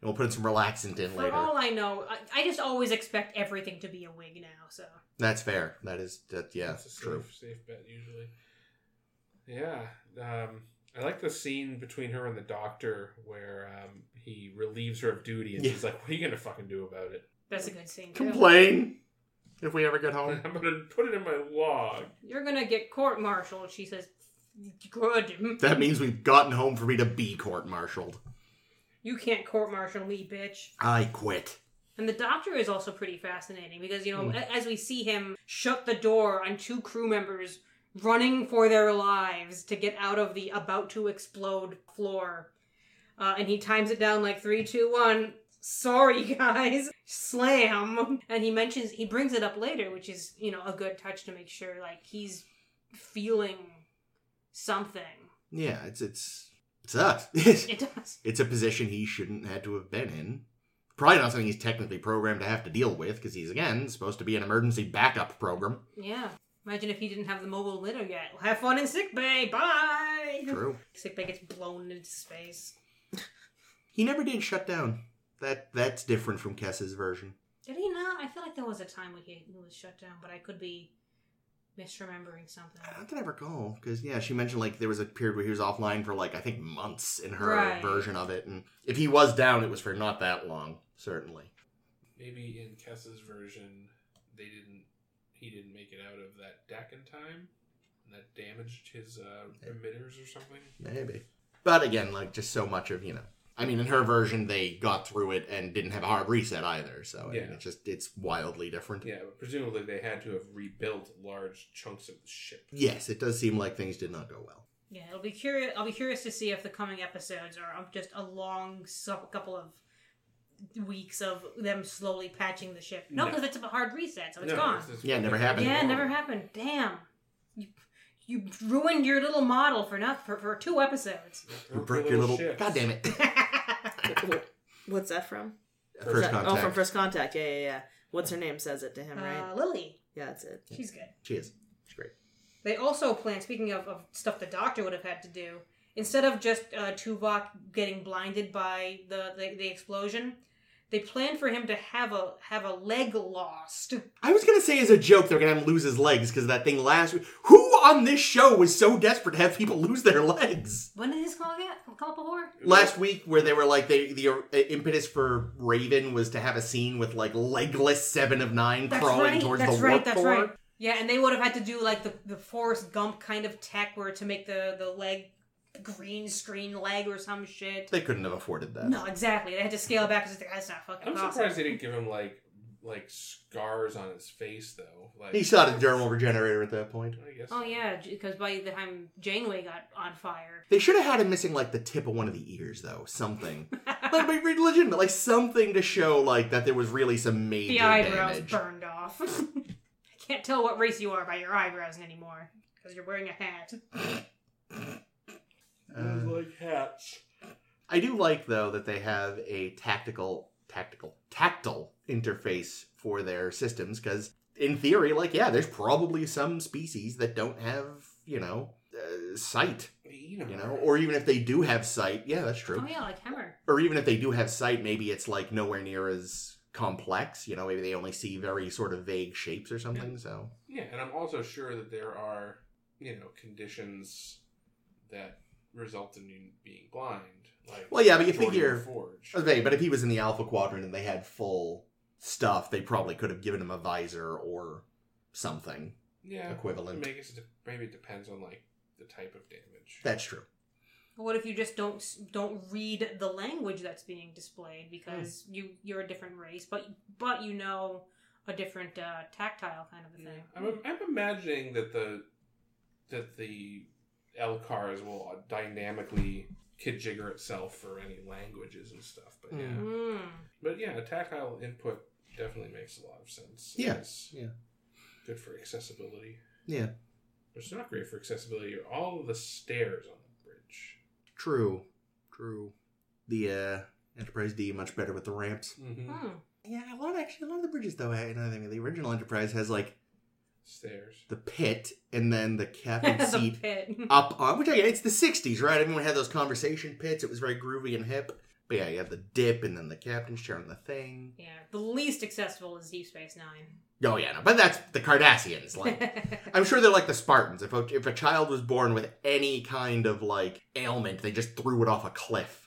and we'll put in some relaxant in For later. all I know, I, I just always expect everything to be a wig now. So That's fair. That is that. Yeah, That's a safe, true. safe bet usually. Yeah, um, I like the scene between her and the doctor where um, he relieves her of duty, and Yeah. she's like, "What are you gonna fucking do about it? that's a good scene. too. Complain if we ever get home. [LAUGHS] I'm gonna put it in my log." You're gonna get court-martialed. She says, "Good. [LAUGHS] That means we've gotten home for me to be court-martialed. You can't court-martial me, bitch." I quit. And the doctor is also pretty fascinating because, you know, a- as we see him shut the door on two crew members running for their lives to get out of the about to explode floor. Uh, and he times it down like three, two, one. Sorry, [LAUGHS] guys. Slam. And he mentions, he brings it up later, which is, you know, a good touch to make sure, like, he's feeling something. Yeah, it's it's it [LAUGHS] sucks. It does. it's a position he shouldn't had to have been in. Probably not something he's technically programmed to have to deal with because he's again supposed to be an emergency backup program. Yeah. Imagine if he didn't have the mobile litter yet. Have fun in sick bay. Bye. True. Sick bay gets blown into space. He never did shut down. That that's different from Kess's version. Did he not? I feel like there was a time when he was shut down, but I could be misremembering something. Uh-huh. I can I recall because yeah, she mentioned like there was a period where he was offline for like I think months in her Right. version of it, and if he was down, it was for not that long, certainly. Maybe in Kessa's version, they didn't. He didn't make it out of that deck in time, and that damaged his uh, emitters or something. Maybe. But again, like just so much of you know. I mean, in her version, they got through it and didn't have a hard reset either. So I mean, Yeah. it's just it's wildly different. Yeah, but presumably they had to have rebuilt large chunks of the ship. Yes, it does seem like things did not go well. Yeah, it'll be curious. I'll be curious to see if the coming episodes are of just a long su- couple of weeks of them slowly patching the ship. No, No. because it's a hard reset, so it's No, gone. it's just- Yeah, it never happened. Yeah, it never happened. Damn, you you ruined your little model for nothing for, for two [LAUGHS] episodes. Uh, You broke your little. ships. God damn [LAUGHS] it! [LAUGHS] What's that from? Is First that- contact. Oh, from First Contact. Yeah, yeah, yeah. What's her name says it to him, right? uh, Lily, Yeah, that's it. she's good. She is. She's great. They also plan, speaking of, of stuff the doctor would have had to do, instead of just uh, Tuvok getting blinded by the, the, the explosion, they planned for him to have a have a leg lost. I was gonna say as a joke they're gonna have him lose his legs because that thing last week. Who on this show was so desperate to have people lose their legs? When did his call get come up before? Last week, where they were like they, the uh, impetus for Raven was to have a scene with like legless seven of nine That's crawling right. towards that's the right. warp That's core. right. Yeah, and they would have had to do like the the Forrest Gump kind of tech, where to make the the leg green screen leg or some shit. They couldn't have afforded that. No, exactly. They had to scale back because that's not fucking I'm possible. surprised they didn't give him like like scars on his face though. Like He shot a dermal regenerator at that point. I guess. Oh yeah, because by the time Janeway got on fire, They should have had him missing like the tip of one of the ears, though. [LAUGHS] Something, like but legitimate, like something to show like that there was really some major the eyebrows damage. burned off. [LAUGHS] I can't tell what race you are by your eyebrows anymore because you're wearing a hat. Uh, like hats. I do like though that they have a tactical, tactical, tactile interface for their systems because, in theory, like yeah, there's probably some species that don't have you know uh, sight, You know, you know, or even if they do have sight, yeah, that's true. Oh yeah, like Hammer. Or even if they do have sight, maybe it's like nowhere near as complex. You know, maybe they only see very sort of vague shapes or something. So yeah, and I'm also sure that there are you know conditions that result in you being blind. Like Well, yeah, but you Jordan figure- forge. Okay, but if he was in the Alpha Quadrant and they had full stuff, they probably could have given him a visor or something Yeah, equivalent. maybe, it's, de- maybe it depends on like the type of damage. That's true. But what if you just don't s- don't read the language that's being displayed because Hmm. you you're a different race, but but you know a different uh, tactile kind of a Yeah. thing. I'm, I'm imagining that the that the L cars will uh, dynamically kijigger itself for any languages and stuff. But yeah, Mm. Mm. but yeah, tactile input definitely makes a lot of sense. Yeah, It's yeah. good for accessibility. Yeah. which is not great for accessibility. Are all of the stairs on the bridge? True. True. The uh, Enterprise D much better with the ramps. Mm-hmm. Mm. Yeah, a lot actually a lot of the bridges though. I, I think the original Enterprise has like Stairs. the pit and then the captain [LAUGHS] the seat [LAUGHS] pit. up on. Which I it's the '60s, right? Everyone had those conversation pits. It was very groovy and hip. But yeah, you had the dip and then the captain's chair and the thing. Yeah, the least accessible is Deep Space Nine. Oh yeah, no, but that's the Cardassians. Like [LAUGHS] I'm sure they're like the Spartans. If a, if a child was born with any kind of like ailment, they just threw it off a cliff.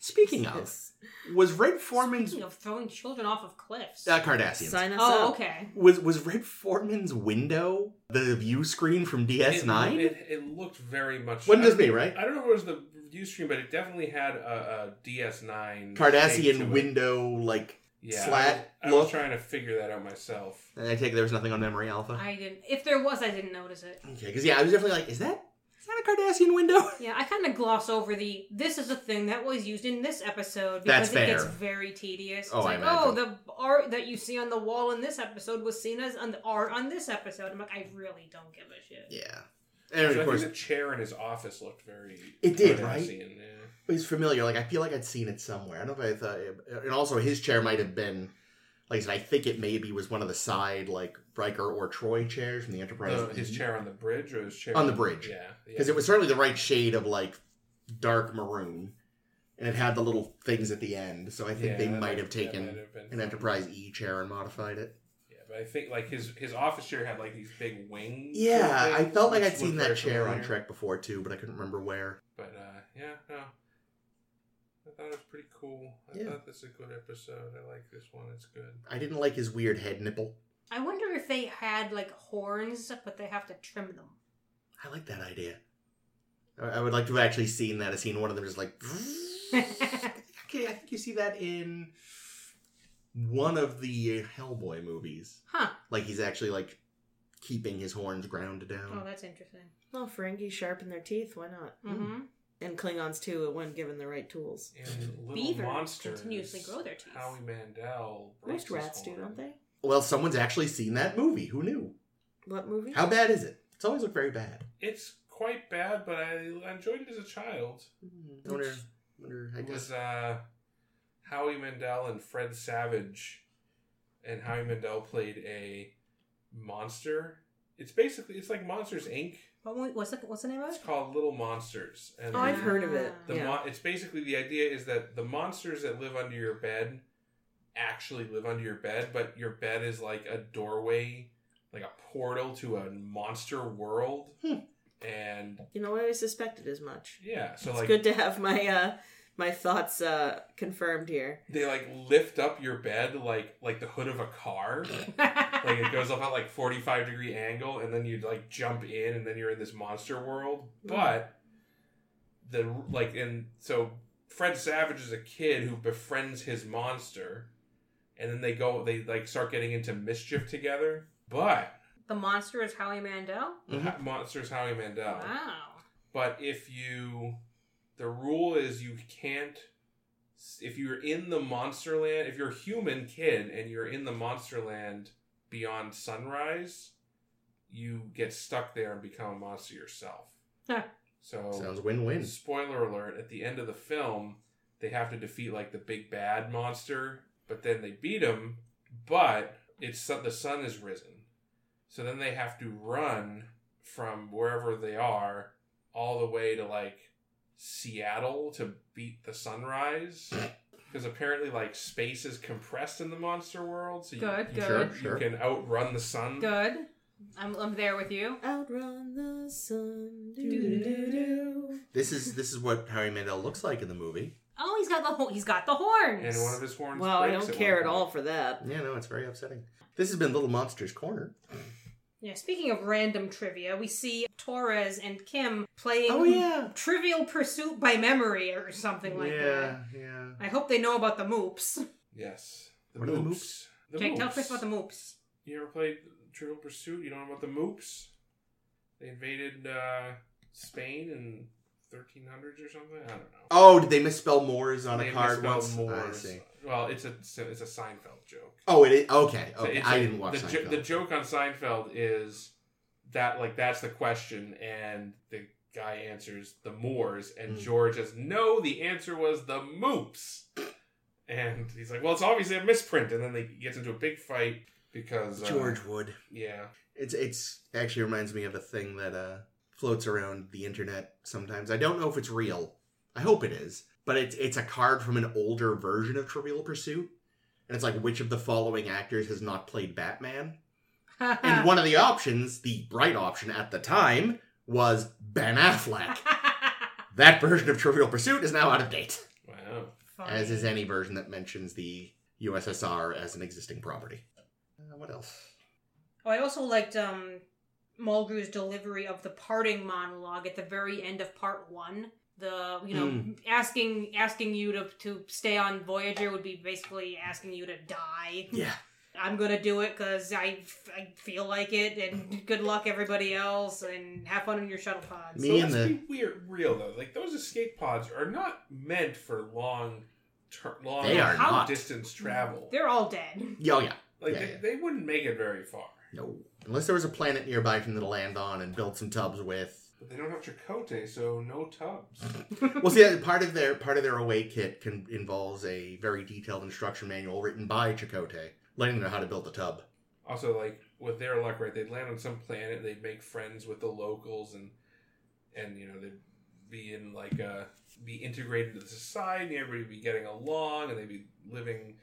Speaking of, Yes. was Red Foreman's Speaking of throwing children off of cliffs. uh, Cardassians sign us oh, [LAUGHS] up. okay. was was Red Foreman's window the view screen from DS9? It, it, it looked very much. When does I, me right? I don't know if it was the view stream, but it definitely had a, a DS9 shape to Cardassian it. window like Yeah, slat I was, I was look. trying to figure that out myself. and I take it there was nothing on Memory Alpha. I didn't. If there was, I didn't notice it. Okay, because yeah, I was definitely like, is that is that a Cardassian window? [LAUGHS] Yeah, I kind of gloss over the. This is a thing that was used in this episode That's because it gets fair. very tedious. Oh, it's I like, oh, the art that you see on the wall in this episode was seen as an art on this episode. I'm like, I really don't give a shit. yeah, and So of I think course the chair in his office looked very. It did, right? Cardassian, yeah. It's familiar. Like I feel like I'd seen it somewhere. I don't know if I thought, and also his chair might have been, like I said, I think it maybe was one of the side like Riker or Troy chairs from the Enterprise. The- Oh, Uh, his chair on the bridge or his chair On the bridge. Yeah, because it was certainly the right shade of like dark maroon, and it had the little things at the end. So I think they might have taken an Enterprise E chair and modified it. Yeah, but I think like his his office chair had like these big wings. Yeah, sort of I thing, felt like which I'd seen looked that very chair on familiar. Trek before too, but I couldn't remember where. But uh, yeah, no. I thought it was pretty cool. I Yeah. thought this is a good episode. I like this one. It's good. I didn't like his weird head nipple. I wonder if they had like horns, but they have to trim them. I like that idea. I I would like to have actually seen that. I seen one of them just like. [LAUGHS] okay, I think you see that in one of the Hellboy movies. Huh. Like he's actually like keeping his horns ground Oh, down. that's interesting. Well, Ferengi sharpen their teeth. Why not? hmm. Mm-hmm. And Klingons too, when given the right tools. And little Beavers monsters continuously grow their teeth. Howie Mandel. breaks Most his rats do, horn. don't they? Well, someone's actually seen that movie. Who knew? What movie? How bad is it? It's always looked very bad. It's quite bad, but I enjoyed it as a child. Hmm. I wonder. wonder I It was guess. uh, Howie Mandel and Fred Savage, and Howie Mandel played a monster It's basically it's like Monsters Inc. What, mo- what's the what's the name of It's it? [LAUGHS] called Little Monsters, and Oh, I've the- heard of it. the yeah. mon- it's basically the idea is that the monsters that live under your bed actually live under your bed, but your bed is like a doorway, like a portal to a monster world, Hmm. and you know, I suspected as much. yeah, so it's like good to have my uh my thoughts uh confirmed here. they like lift up your bed like like the hood of a car. like it goes up at like 45 degree angle and then you like jump in and then you're in this monster world but the like and so fred savage is a kid who befriends his monster and then they go they like start getting into mischief together but the monster is Howie Mandel. the ha- monster's howie mandel Wow. but if you the rule is you can't if you're in the monster land if you're a human kid and you're in the monster land beyond sunrise you get stuck there and become a monster yourself Huh. so Sounds win-win. spoiler alert at the end of the film they have to defeat like the big bad monster but then they beat him but it's sun- the sun has risen so then they have to run from wherever they are all the way to like seattle to beat the sunrise because apparently like space is compressed in the monster world so you, Good, you, Sure, Good. you sure. can outrun the sun Good. I'm I'm there with you. Outrun the sun. Doo-doo-doo-doo. This is this is what Harry Mandel looks like in the movie. Oh, he's got the ho- he's got the horns. and one of his horns Wow, I breaks don't one care at point. all for that. Yeah, no, it's very upsetting. This has been Little Monsters Corner. yeah. Speaking of random trivia, we see Torres and Kim playing Oh yeah, Trivial Pursuit by memory or something like that. yeah, yeah. I hope they know about the moops. Yes. The What are the moops. The Jake, tell moops. Chris about the moops. You ever played Trivial Pursuit? You know about the moops? They invaded uh, Spain in 1300s or something? I don't know. Oh, did they misspell Moors on They a card misspelled once? I Moors. see. Well, it's a it's a Seinfeld joke. Oh, it is okay. So Okay, it's I a- didn't watch the, jo- Seinfeld. the joke on Seinfeld is that like that's the question, and the guy answers the Moors, and Mm. George says no, the answer was the Moops, and he's like, well, it's obviously a misprint, and then they gets into a big fight because uh, George Wood. yeah, It's it's actually reminds me of a thing that uh floats around the internet sometimes. I don't know if it's real. I hope it is, but it's it's a card from an older version of Trivial Pursuit, and it's like which of the following actors has not played Batman? And [LAUGHS] one of the options, the bright option at the time, was Ben [LAUGHS] Affleck. that version of Trivial Pursuit is now out of date, wow, as is any version that mentions the USSR as an existing property. Uh, what else? Oh, I also liked um, Mulgrew's delivery of the parting monologue at the very end of part one. The you know Hmm. asking asking you to to stay on Voyager would be basically asking you to die. Yeah. I'm gonna do it because I, f- I feel like it, and good luck everybody else, and have fun in your shuttle pods. Me so and let's the- be weird, real though. Like those escape pods are not meant for long, ter- long They are not. distance travel. They're all dead. Yeah, Oh, yeah. like yeah, they, yeah. they wouldn't make it very far. No. Unless there was a planet nearby for them to land on and build some tubs with. But they don't have Chakotay, so no tubs. Well, see, uh, part of their part of their away kit can, involves a very detailed instruction manual written by Chakotay, letting them know how to build a tub. also, like with their luck, right? They'd land on some planet. They'd make friends with the locals, and and you know they'd be in like uh be integrated into society. Everybody would be getting along, and they'd be living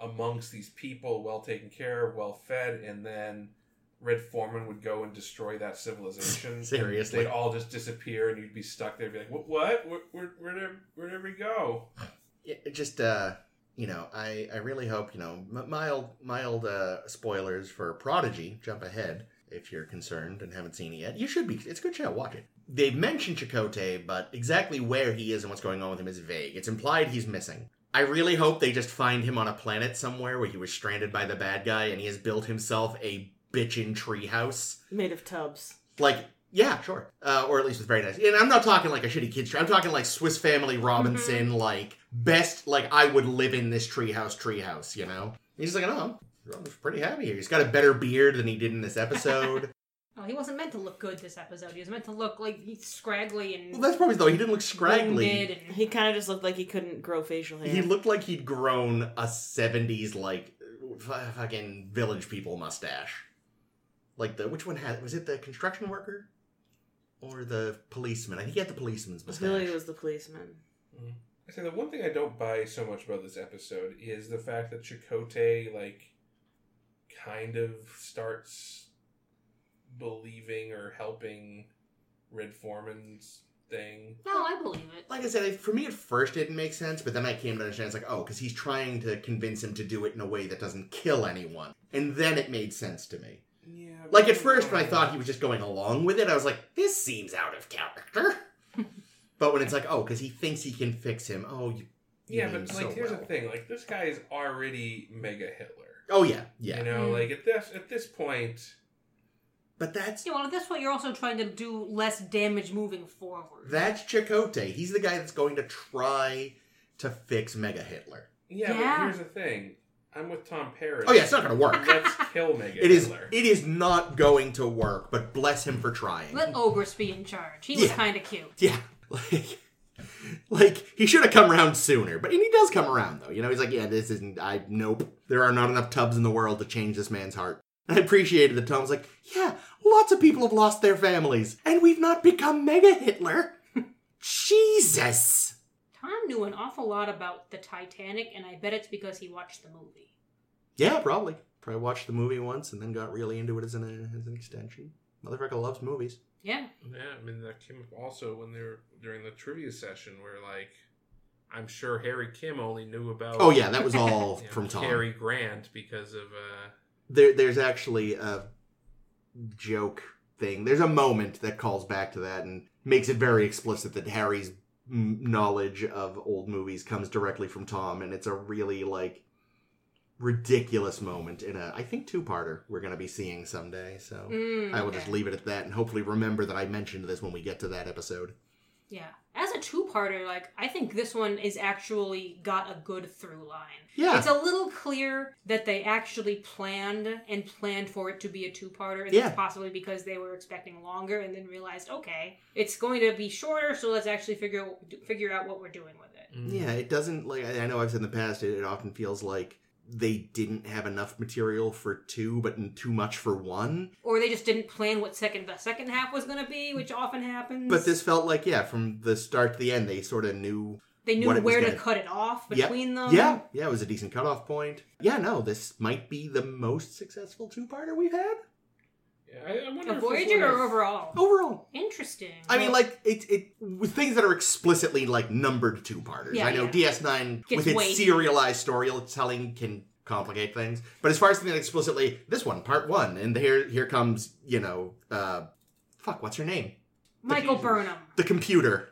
amongst these people, well taken care of, well fed, and then. Red Foreman would go and destroy that [LAUGHS] civilization. Seriously. they'd all just disappear, and you'd be stuck there. Be like, what? What? Where? Where? Where did, where did we go? It, it just, uh, you know, I, I really hope, you know, m- mild mild uh, spoilers for Prodigy. Jump ahead if you're concerned and haven't seen it yet. You should be. It's a good show. Watch it. They mention Chakotay, but exactly where he is and what's going on with him is vague. It's implied he's missing. I really hope they just find him on a planet somewhere where he was stranded by the bad guy and he has built himself a bitchin' treehouse. Made of tubs. Like, yeah, sure. Uh, or at least it's very nice. And I'm not talking like a shitty kid's tree. I'm talking like Swiss Family Robinson, like best, like I would live in this treehouse, treehouse, you know? He's like, oh, I'm pretty happy here. He's got a better beard than he did in this episode. Oh, he wasn't meant to look good this episode. He was meant to look like he's scraggly and well, that's probably though. He didn't look winded scraggly. and He kind of just looked like he couldn't grow facial hair. He looked like he'd grown a 70s, like, f- fucking village people mustache. Like the which one had was it the construction worker or the policeman? I think he had the policeman's Billy mustache. was the policeman. I say the one thing I don't buy so much about this episode is the fact that Chakotay like kind of starts believing or helping Red Foreman's thing. No, I believe it. Like I said, for me at first it didn't make sense, but then I came to understand it's like, oh, because he's trying to convince him to do it in a way that doesn't kill anyone, and then it made sense to me. Yeah. Like at first, when I thought he was just going along with it, I was like, this seems out of [LAUGHS] character. but when it's like, oh, because he thinks he can fix him. Oh, you, you Yeah, mean but like so here's well. the thing, like this guy is already mega Hitler. Oh yeah, yeah. You know, Mm. like at this at this point But that's Yeah, well, at this point, you're also trying to do less damage moving forward. that's Chakotay. He's the guy that's going to try to fix Mega Hitler. yeah, but Yeah. here's the thing. I'm with Tom Paris. Oh yeah, it's not going to [LAUGHS] work. Let's kill Mega [LAUGHS] It is. Hitler. It is not going to work. But bless him for trying. Let Ogres be in charge. He was Yeah. kind of cute. Yeah, [LAUGHS] like, like he should have come around sooner. But and he does come around though. You know, he's like, yeah, this isn't. I nope. There are not enough tubs in the world to change this man's heart. [LAUGHS] And I appreciated the Tom's like, yeah, lots of people have lost their families, and we've not become Mega Hitler. [LAUGHS] Jesus. Tom knew an awful lot about the Titanic, and I bet it's because he watched the movie. Yeah, probably. Probably watched the movie once and then got really into it as an as an extension. Motherfucker loves movies. Yeah. Yeah, I mean that came up also when they were during the trivia session where like I'm sure Harry Kim only knew about Oh yeah, that was all [LAUGHS] you know, from Tom. Cary Grant because of uh There, there's actually a joke thing. There's a moment that calls back to that and makes it very explicit that Harry's mm, knowledge of old movies comes directly from Tom, and it's a really like ridiculous moment in a I think two parter we're gonna be seeing someday. So Mm, I will okay. just leave it at that and hopefully remember that I mentioned this when we get to that episode. Yeah. As a two-parter, like I think this one is actually got a good through line. Yeah. It's a little clear that they actually planned and planned for it to be a two-parter, and Yeah. that's possibly because they were expecting longer and then realized, okay, it's going to be shorter, so let's actually figure figure out what we're doing with it. Yeah, it doesn't like I I know I've said in the past it, it often feels like they didn't have enough material for two, but n- too much for one. Or they just didn't plan what second the second half was going to be, which often happens. But this felt like yeah, from the start to the end, they sort of knew. they knew what it was where to gonna- cut it off Yep. between them. yeah, yeah, it was a decent cutoff point. Yeah, no, this might be the most successful two-parter we've had Yeah, I, I wonder A if Voyager or overall? overall. Interesting. I mean, like it, it with things that are explicitly like numbered two-parters. Yeah, I know yeah. DS9 Gets with its weighty. serialized storytelling can complicate things, but as far as something that explicitly this one, part one, and here here comes you know, uh, fuck, what's her name? Michael Jesus. Burnham, The computer.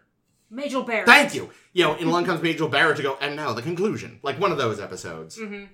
Major Barrett. Thank you. You know, in along comes Major Barrett to go, and now the conclusion, like one of those episodes. hmm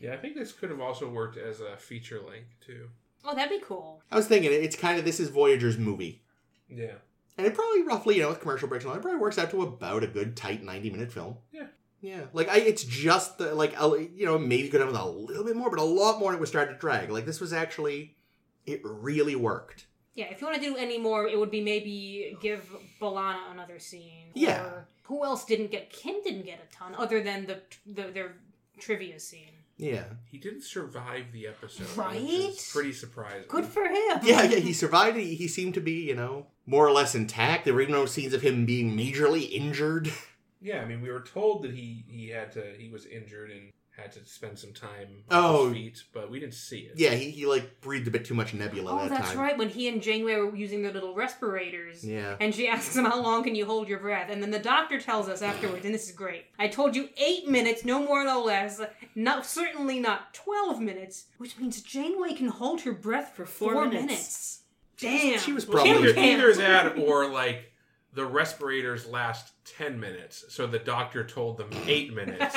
Yeah, I think this could have also worked as a feature length too. Oh, that'd be cool. I was thinking it's kind of this is Voyager's movie. Yeah. And it probably roughly, you know, with commercial breaks and all, it probably works out to about a good tight ninety minute film. Yeah. yeah. Like I, it's just the, like a, you know maybe could have done a little bit more, but a lot more. And it was starting to drag. Like this was actually, it really worked. Yeah, if you want to do any more, it would be maybe give Balana another scene. Yeah. Or who else didn't get? Kim didn't get a ton, other than the, the their trivia scene. Yeah, [LAUGHS] He didn't survive the episode. Right? Which is pretty surprising. Good for him. yeah, yeah. He survived. He, he seemed to be you know more or less intact. There were no scenes of him being majorly injured. [LAUGHS] Yeah, I mean we were told that he he had to he was injured and had to spend some time on Oh. his feet, but we didn't see it. Yeah, he, he like breathed a bit too much nebula Oh, that that's time. right. When he and Janeway were using their little respirators. Yeah. And she [LAUGHS] asks him, How long can you hold your breath? And then the doctor tells us afterwards, and this is great. I told you eight minutes, no more, no less. No, certainly not 12 minutes, which means Janeway can hold her breath for four, minutes. Damn. She was Well, Probably. either, Kim either can't. that or like the respirators last ten minutes, so the doctor told them eight [LAUGHS] minutes,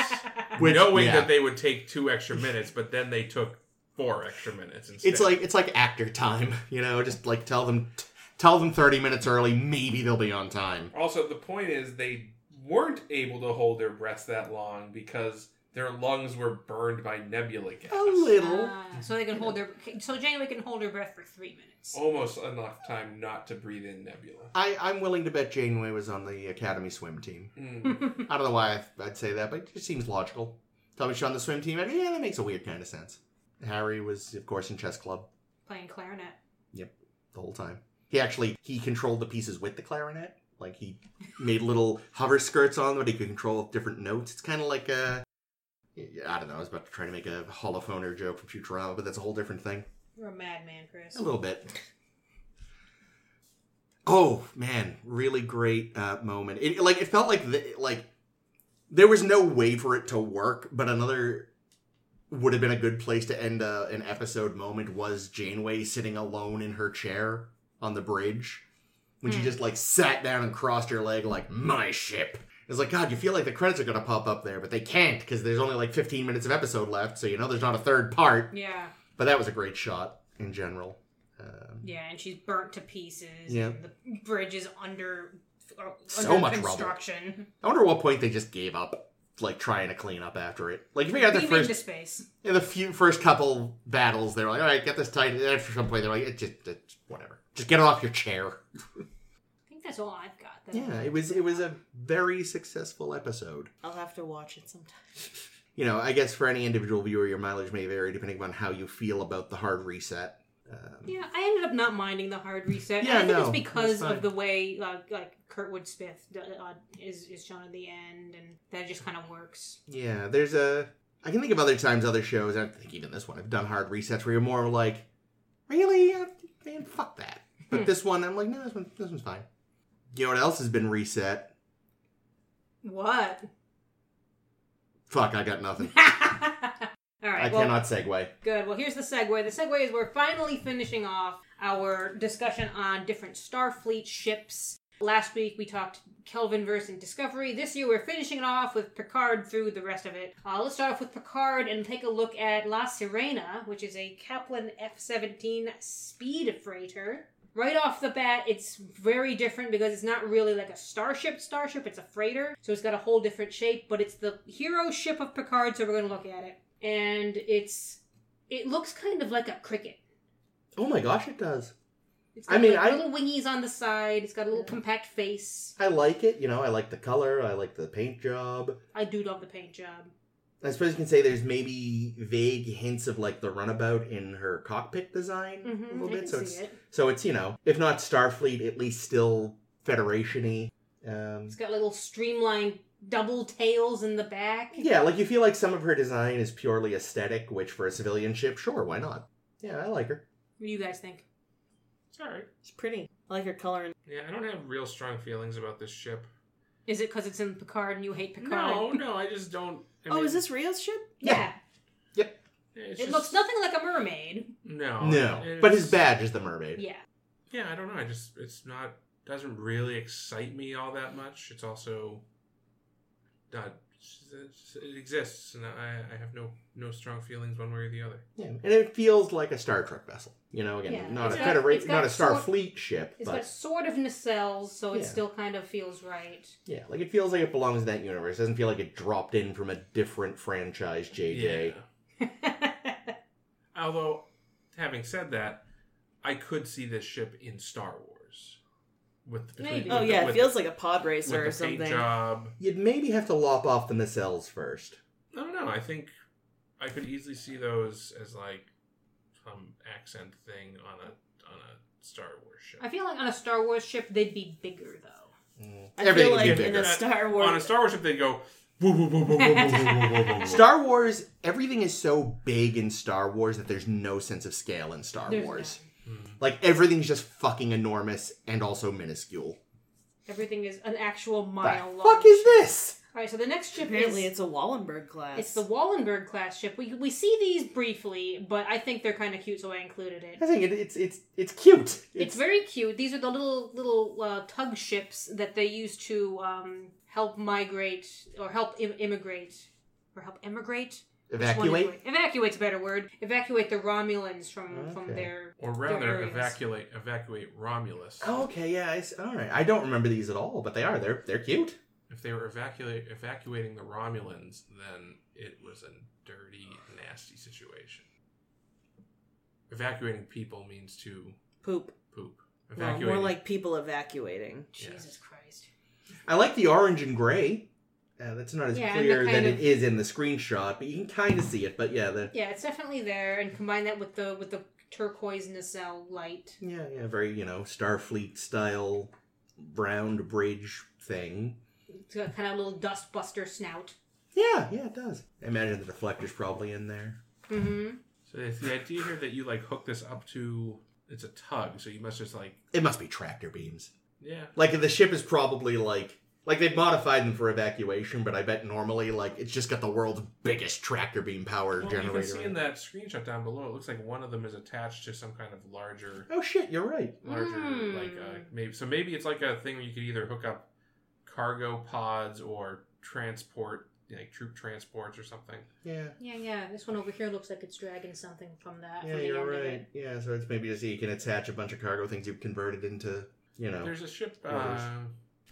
Which- knowing yeah. that they would take two extra minutes, but then they took four extra minutes. Instead. It's like it's like actor time, [LAUGHS] you know. Just like tell them, tell them thirty minutes early. Maybe they'll be on time. also the point is they weren't able to hold their breaths that long because their lungs were burned by nebula gas. A little. Ah, so they can hold their so Janeway can hold her breath for three minutes. Almost enough time not to breathe in nebula. I, I'm willing to bet Janeway was on the Academy swim team. Mm. I don't know why I, I'd say that, but it just seems logical. Tell me she's on the swim team. I mean, yeah, that makes a weird kind of sense. Harry was, of course, in chess club. [LAUGHS] playing clarinet. the whole time. He actually he controlled the pieces with the clarinet. Like he made little hover skirts on them that he could control with different notes. It's kind of like a I don't know. I was about to try to make a holophoner joke from Futurama, but that's a whole different thing. You're a madman, Chris. A little bit. Oh man, really great uh, moment. It like it felt like the, like there was no way for it to work, but another would have been a good place to end uh an episode moment was Janeway sitting alone in her chair on the bridge when she Hmm. just like sat down and crossed her leg like my ship. It's like God, you feel like the credits are gonna pop up there, but they can't because there's only like 15 minutes of episode left, so you know there's not a third part. Yeah, But that was a great shot in general. Um, yeah, and she's burnt to pieces. Yeah. and the bridge is under uh, So under much rubble. construction, I wonder what point they just gave up, like trying to clean up after it. Like if you got the leaving first, to space. in the few first couple battles, they were like, "All right, get this tight." And after some point, they're like, "It just, it's whatever. Just get it off your chair." I think that's all I've got. that- Yeah, it was it was a very successful episode. I'll have to watch it sometime. You know, I guess for any individual viewer, your mileage may vary depending on how you feel about the hard reset. Um, Yeah, I ended up not minding the hard reset. Yeah, I think no, it's because that's fine. of the way uh, like Kurtwood Smith uh, is is shown at the end, and that just kind of works. Yeah, there's a. I can think of other times, other shows. I think even this one, I've done hard resets where you're more like, really, Uh, man, fuck that. Hmm. But this one, I'm like, no, this one, this one's fine. You know what else has been reset? What? [LAUGHS] Fuck, I got nothing. all right. I well, cannot segue. Good. Well, here's the segue. The segue is we're finally finishing off our discussion on different Starfleet ships. Last week we talked Kelvin versus Discovery. This year we're finishing it off with Picard through the rest of it. Uh, let's start off with Picard and take a look at La Sirena, which is a Kaplan F 17 speed freighter. Right off the bat, it's very different because it's not really like a starship starship, it's a freighter. So it's got a whole different shape, but it's the hero ship of Picard, so we're going to look at it. And it's it looks kind of like a cricket. Oh my gosh, it does. It's I got mean, like I- little wingies on the side. It's got a little compact face. I like it. You know, I like the color. I like the paint job. I do love the paint job. I suppose you can say there's maybe vague hints of like the runabout in her cockpit design a Mm-hmm. little I bit. can so see it's it. so it's you know, if not Starfleet, at least still Federationy. Um, It's got little streamlined double tails in the back. Yeah, like you feel like some of her design is purely aesthetic, which for a civilian ship, sure, why not? Yeah, I like her. What do you guys think? It's all right. It's pretty. I like her color and Yeah, I don't have real strong feelings about this ship. Is it because it's in Picard and you hate Picard? No, no, I just don't. I oh, mean, is this Rio's ship? [LAUGHS] Yeah. It's It just- looks nothing like a mermaid. No, No, it's- but his badge is the mermaid. Yeah. Yeah, I don't know. I just it's not doesn't really excite me all that much. It's also not it exists, and I, I have no no strong feelings one way or the other. Yeah, and it feels like a Star Trek vessel. You know, again, Yeah. not It's a got- Federate, it's got not a sort- Starfleet ship, It's but got sort of nacelles, so it Yeah. still kind of feels right. [LAUGHS] yeah, like it feels like it belongs in that universe. It doesn't feel like it dropped in from a different franchise, JJ. Yeah. Although, having said that, I could see this ship in Star Wars with the, Maybe. Oh with yeah, the, it feels like a pod with racer or the paint something. job. You'd maybe have to lop off the nacelles first. I don't know. I think I could easily see those as like some accent thing on a on a Star Wars ship. I feel like on a Star Wars ship, they'd be bigger, though. I Everything feel would be like in bigger. a Star Wars on a Star Wars ship, they go. Woo, woo, woo, woo, woo, woo, woo, woo, woo, woo, woo." [LAUGHS] Star Wars, everything is so big in Star Wars that there's no sense of scale in Star There's Wars. none. Like everything's just fucking enormous and also minuscule. Everything is an actual mile The long. fuck is ship. this? All right, so the next ship Apparently, is it's a Wallenberg class. It's the Wallenberg class ship. We we see these briefly, but I think they're kind of cute, so I included it. I think it, it's it's it's cute. It's, It's very cute. These are the little little uh, tug ships that they use to um, help migrate or help Im- immigrate or help emigrate. Which one is evacuate. it? Evacuate's a better word. Evacuate the Romulans from from Okay. their Or Their rather, areas. evacuate evacuate Romulus. Oh, okay, yeah. I s all right. I don't remember these at all, but they are. They're they're cute. If they were evacuate, evacuating the Romulans, then it was a dirty, nasty situation. Evacuating people means to poop. poop. Well, Evacuating. more like people evacuating. Jesus Christ. I like the orange and gray. Uh, that's not as Yeah, and clear the than kind it of- is in the screenshot, but you can kind of see it. But yeah, the Yeah, it's definitely there, and combine that with the with the turquoise nacelle light. Yeah, yeah, very, you know, Starfleet style browned bridge thing. It's got kind of a little dustbuster snout. Yeah, yeah, it does. I imagine the deflector's probably in there. Mm-hmm. So it's the idea here that you like hook this up to it's a tug, so you must just like It must be tractor beams. yeah. Like the ship is probably like like they've modified them for evacuation, but I bet normally like it's just got the world's biggest tractor beam power Well, you generator. can see in in it. that screenshot down below, it looks like one of them is attached to some kind of larger, Oh shit, you're right. larger Mm. like uh, maybe. So maybe it's like a thing where you could either hook up cargo pods or transport, like troop transports or something. Yeah. Yeah, yeah. This one over here looks like it's dragging something from that. Yeah, from the you're end of right. it. Yeah, so it's maybe just you can attach a bunch of cargo things you've converted into, you know. There's a ship. Oh. Yeah, there's- Uh,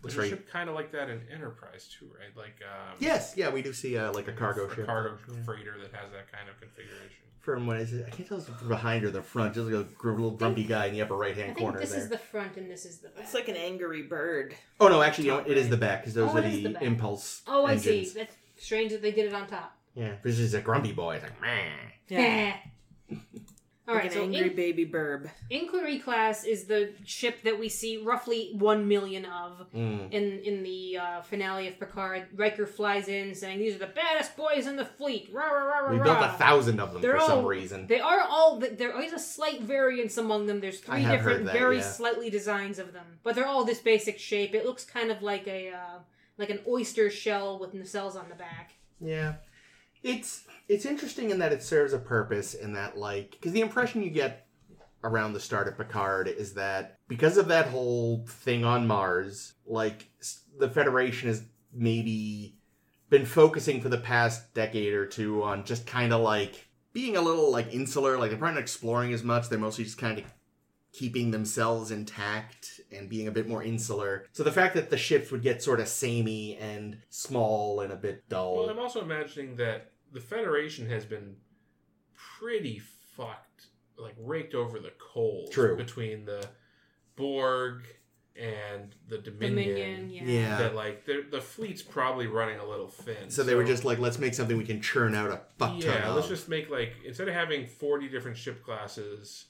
That's there's right. a ship kind of like that in Enterprise too, right? Like um, Yes, yeah, we do see uh, like a cargo ship. cargo Yeah. freighter that has that kind of configuration. From what is it? I can't tell if it's from behind or the front. Just like a gr- little grumpy guy in the upper right I hand think corner this there. is the front and this is the back. It's like an angry bird. oh no, actually, you know, what? it is the back because those Oh, are it is the, the back. impulse. oh, I see. engines. That's strange that they did it on top. Yeah, this is a grumpy boy. It's like man. Yeah. [LAUGHS] All like right, an so angry in- baby burb. Inquiry class is the ship that we see roughly one million of Mm. in in the uh, finale of Picard. Riker flies in saying, "These are the baddest boys in the fleet." Rah rah rah rah We rah. built a thousand of them They're for some all- reason. They are all. There is a slight variance among them. There's I three have different, heard that, very yeah. slightly designs of them, but they're all this basic shape. It looks kind of like a uh, like an oyster shell with nacelles on the back. Yeah. It's it's interesting in that it serves a purpose in that like because the impression you get around the start of Picard is that because of that whole thing on Mars, like s- the Federation has maybe been focusing for the past decade or two on just kind of like being a little like insular, like they're probably not exploring as much. They're mostly just kind of keeping themselves intact and being a bit more insular. So the fact that the ships would get sort of samey and small and a bit dull. Well, I'm also imagining that the Federation has been pretty fucked, like raked over the coals True. between the Borg and the Dominion. Dominion, yeah. Yeah. That like they're- the fleet's probably running a little thin. So they were just like, let's make something we can churn out a fuck ton yeah. of. Let's just make like instead of having 40 different ship classes,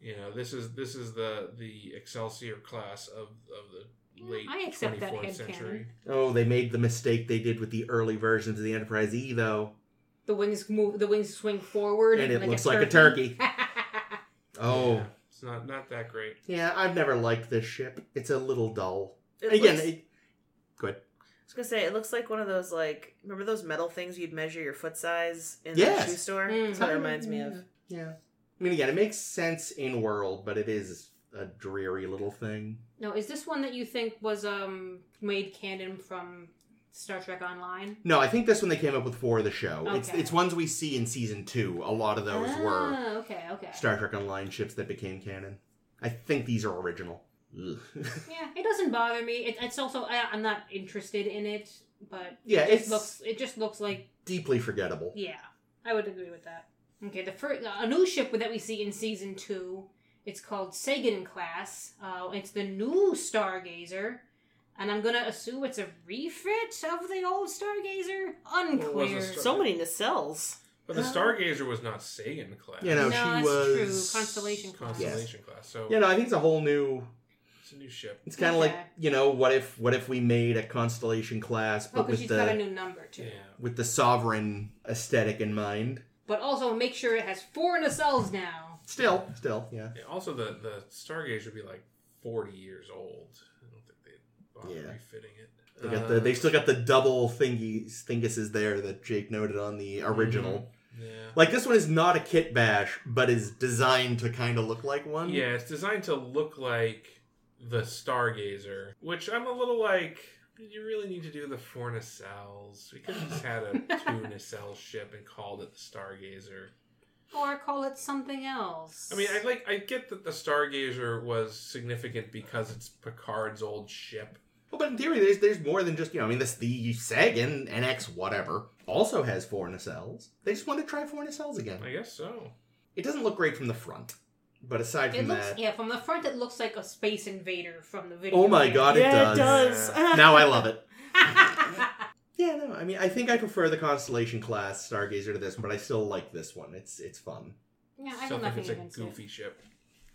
you know, this is this is the the Excelsior class of of the Yeah, late I accept that 24th headcanon. century. oh, they made the mistake they did with the early versions of the Enterprise E, though. The wings move. The wings swing forward, And it looks like a turkey. [LAUGHS] Oh. Yeah, it's not not that great. Yeah, I've never liked this ship. It's a little dull. It Again, looks- it, go ahead. I was gonna say it looks like one of those like remember those metal things you'd measure your foot size in Yes. Mm. the shoe store. Mm. That's what it reminds me of. Yeah. I mean, again, it makes sense in world, but it is a dreary little thing. no, is this one that you think was um made canon from Star Trek Online? No, I think this one they came up with for the show. It's Okay. it's ones we see in season two. A lot of those were Ah, okay, okay. Star Trek Online ships that became canon. I think these are original. Ugh. [LAUGHS] Yeah, it doesn't bother me. It, it's also I, I'm not interested in it, but yeah, it it's looks it just looks like deeply forgettable. yeah. I would agree with that. Okay, the first a new ship that we see in season two. It's called Sagan class. Uh, it's the new Stargazer, and I'm gonna assume it's a refit of the old Stargazer. was a Unclear. Star- So many nacelles. But the Uh, Stargazer was not Sagan class. You know, no, she that's was- true. Constellation class. Constellation class. So Yeah, no, I think it's a whole new. it's a new ship. It's kind of like Okay. you know, what if what if we made a constellation class, Oh, but because with she's the got a new number too. Yeah. with the sovereign aesthetic in mind. But also make sure it has four nacelles now. Still, still, yeah, Yeah, Also, the the Stargazer would be like forty years old. I don't think they'd bother Yeah. refitting it. Um, they got the they still got the double thingies thinguses there that Jake noted on the original. Yeah. Like this one is not a kit bash, but is designed to kind of look like one. Yeah, it's designed to look like the Stargazer, which I'm a little like. You really need to do the four nacelles. We could have [LAUGHS] just had a two nacelle ship and called it the Stargazer. Or call it something else. I mean, I like I get that the Stargazer was significant because it's Picard's old ship. Well, but in theory, there's there's more than just you know. I mean, this the Sagan NX whatever also has four nacelles. They just wanted to try four nacelles again. I guess so. It doesn't look great from the front, but aside It from looks that, yeah, from the front it looks like a space invader from the video. oh my game. god, it yeah, does. [LAUGHS] it does. now I love it. [LAUGHS] Yeah, no, I mean, I think I prefer the constellation class Stargazer to this one, but I still like this one. It's it's fun. Yeah, I Still have think nothing it's a against it. goofy ship.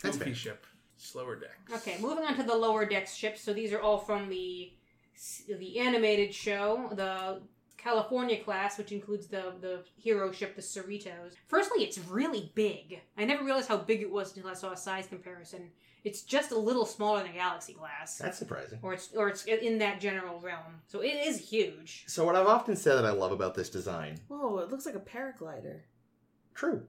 That's goofy fair. ship. Slower decks. Okay, moving on to the lower decks ships. So these are all from the the animated show, the California class, which includes the the hero ship, the Cerritos. Firstly, it's really big. I never realized how big it was until I saw a size comparison. It's just a little smaller than Galaxy class, That's surprising. or it's or it's in that general realm. So it is huge. So what I've often said that I love about this design Whoa, it looks like a paraglider. True.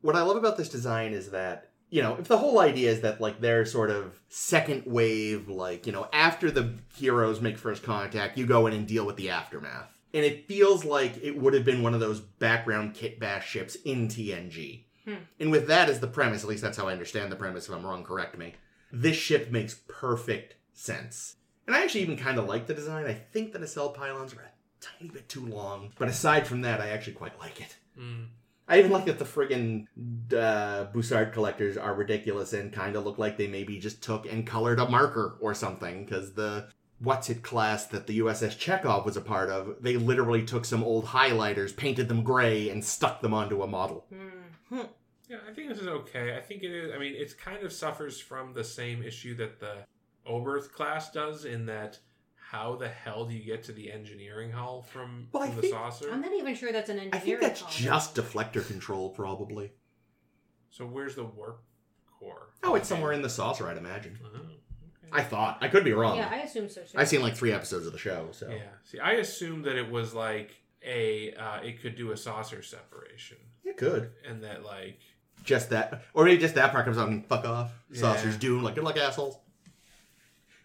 What I love about this design is that, you know, if the whole idea is that, like, they're sort of second wave, like, you know, after the heroes make first contact, you go in and deal with the aftermath. And it feels like it would have been one of those background kit bash ships in TNG. Hmm. And with that as the premise, at least that's how I understand the premise. If I'm wrong, correct me. This ship makes perfect sense. And I actually even kind of like the design. I think the nacelle pylons are a tiny bit too long. But aside from that, I actually quite like it. Mm. I even like that the friggin' uh, Boussard collectors are ridiculous and kind of look like they maybe just took and colored a marker or something, because the What's It class that the USS Chekhov was a part of, they literally took some old highlighters, painted them gray, and stuck them onto a model. Hmm. Yeah, I think this is okay. I think it is. I mean, it kind of suffers from the same issue that the Oberth class does in that how the hell do you get to the engineering hull from, Well, I from the think- saucer? I'm not even sure that's an I think engineering. that's call. just deflector control, probably. So where's the warp core? Oh, it's somewhere in the saucer, I'd imagine. Oh, okay. I thought. I could be wrong. Yeah, I assume so too. I've seen like three episodes of the show, so. Yeah. See, I assumed that it was like a uh, it could do a saucer separation, It could. and that like just that, or maybe just that part comes out and fuck off. Yeah. Saucers do like good luck, assholes.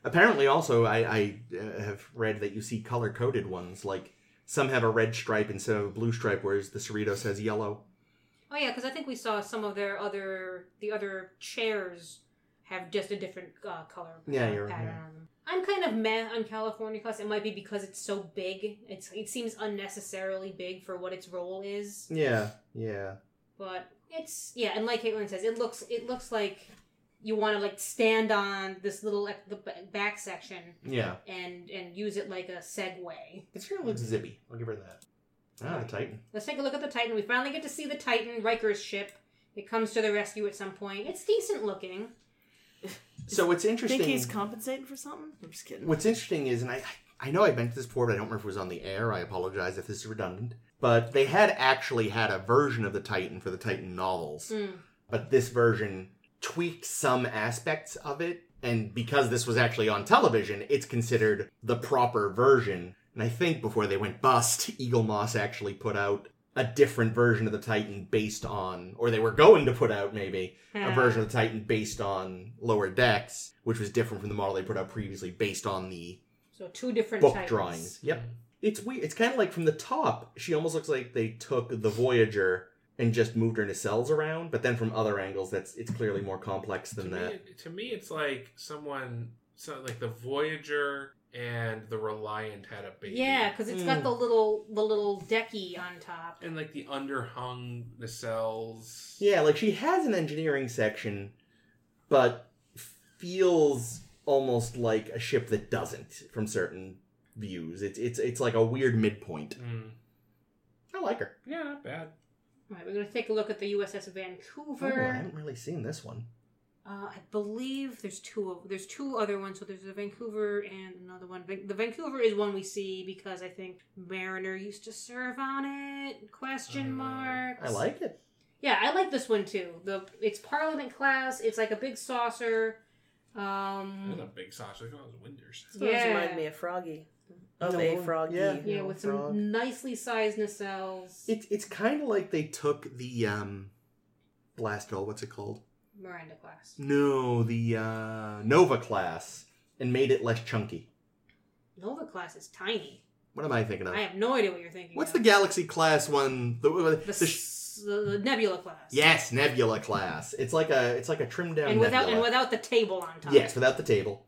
Apparently, also I, I uh, have read that you see color coded ones. Like some have a red stripe instead of a blue stripe, whereas the Cerritos has yellow. Oh yeah, because I think we saw some of their other the other chairs have just a different uh, color Yeah, uh, you're- pattern yeah. on them. I'm kind of meh on California class. It might be because it's so big. It's it seems unnecessarily big for what its role is, Yeah, yeah. but it's yeah. And like Caitlin says, it looks it looks like you want to like stand on this little like, the b- back section Yeah, and and use it like a segue. it sure looks zippy. I'll give her that. Ah, the Titan. Let's take a look at the Titan. We finally get to see the Titan Riker's ship. It comes to the rescue at some point. It's decent looking. So it's interesting. Think he's compensating for something? I'm just kidding. What's interesting is, and I I know I mentioned this before, but I don't remember if it was on the air. I apologize if this is redundant. But they had actually had a version of the Titan for the Titan novels. Mm. but this version tweaked some aspects of it. And because this was actually on television, it's considered the proper version. And I think before they went bust, [LAUGHS] Eagle Moss actually put out a different version of the Titan based on, or they were going to put out maybe, a version of the Titan based on Lower Decks, which was different from the model they put out previously based on the So two different book types. drawings. hmm, Yep. It's weird. It's kind of like from the top, she almost looks like they took the Voyager and just moved her nacelles around, but then from other angles, that's it's clearly more complex to than me, that. it- to me, it's like someone, so like the Voyager and the Reliant had a baby. Yeah, because it's got Mm. the little the little decky on top. and like the underhung nacelles. Yeah, like she has an engineering section, but feels almost like a ship that doesn't from certain views. It's it's it's like a weird midpoint. Mm. I like her. Yeah, not bad. All right, we're gonna take a look at the USS Oh, I Vancouver. haven't really seen this one. uh, I believe there's two of there's two other ones. So there's the Vancouver and another one. Van- The Vancouver is one we see because I think Mariner used to serve on it. Question Uh, mark. Mm. I like it. Yeah, I like this one too. The it's Parliament class. It's like a big saucer. Um, Hmm. That's a big saucer. Look at all those winders. This always yeah. reminded me of Froggy. Of No, a froggy. yeah. yeah, with some Frog. nicely sized nacelles. It's it's kind of like they took the um Blastell, what's it called? Miranda class. No, the uh, Nova class and made it less chunky. Nova class is tiny. What am I thinking of? I have no idea what you're thinking. What's the of. Galaxy class one? The, uh, the, The, sh- s- the, the Nebula class. yes, Nebula class. It's like a it's like a trimmed down And without Nebula. and without the table on top. yes, without the table.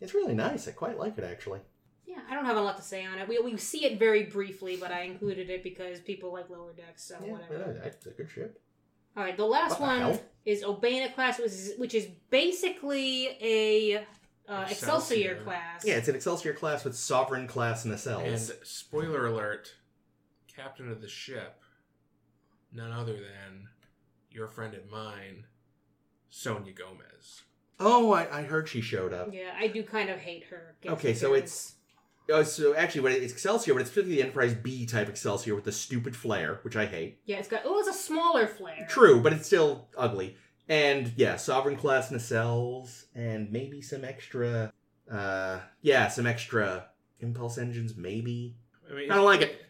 It's really nice. I quite like it actually. Yeah, I don't have a lot to say on it. We, we see it very briefly, but I included it because people like lower decks, so Yeah, whatever. yeah, it's a good ship. All right, the last What the one hell? is Obana class, which is, which is basically a uh, Excelsior, Excelsior. class. Yeah, it's an Excelsior class with Sovereign class And nacelles. spoiler alert, captain of the ship, none other than your friend and mine, Sonia Gomez. Oh, I, I heard she showed up. Yeah, I do kind of hate her. Guess uh, Okay, who so cares? it's oh, so actually, what it- it's Excelsior, but it's specifically the Enterprise B type Excelsior with the stupid flare, which I hate. yeah, it's got oh, it's a smaller flare. True, but it's still ugly. And yeah, Sovereign class nacelles, and maybe some extra, uh, yeah, some extra impulse engines, maybe. I mean, I don't like it.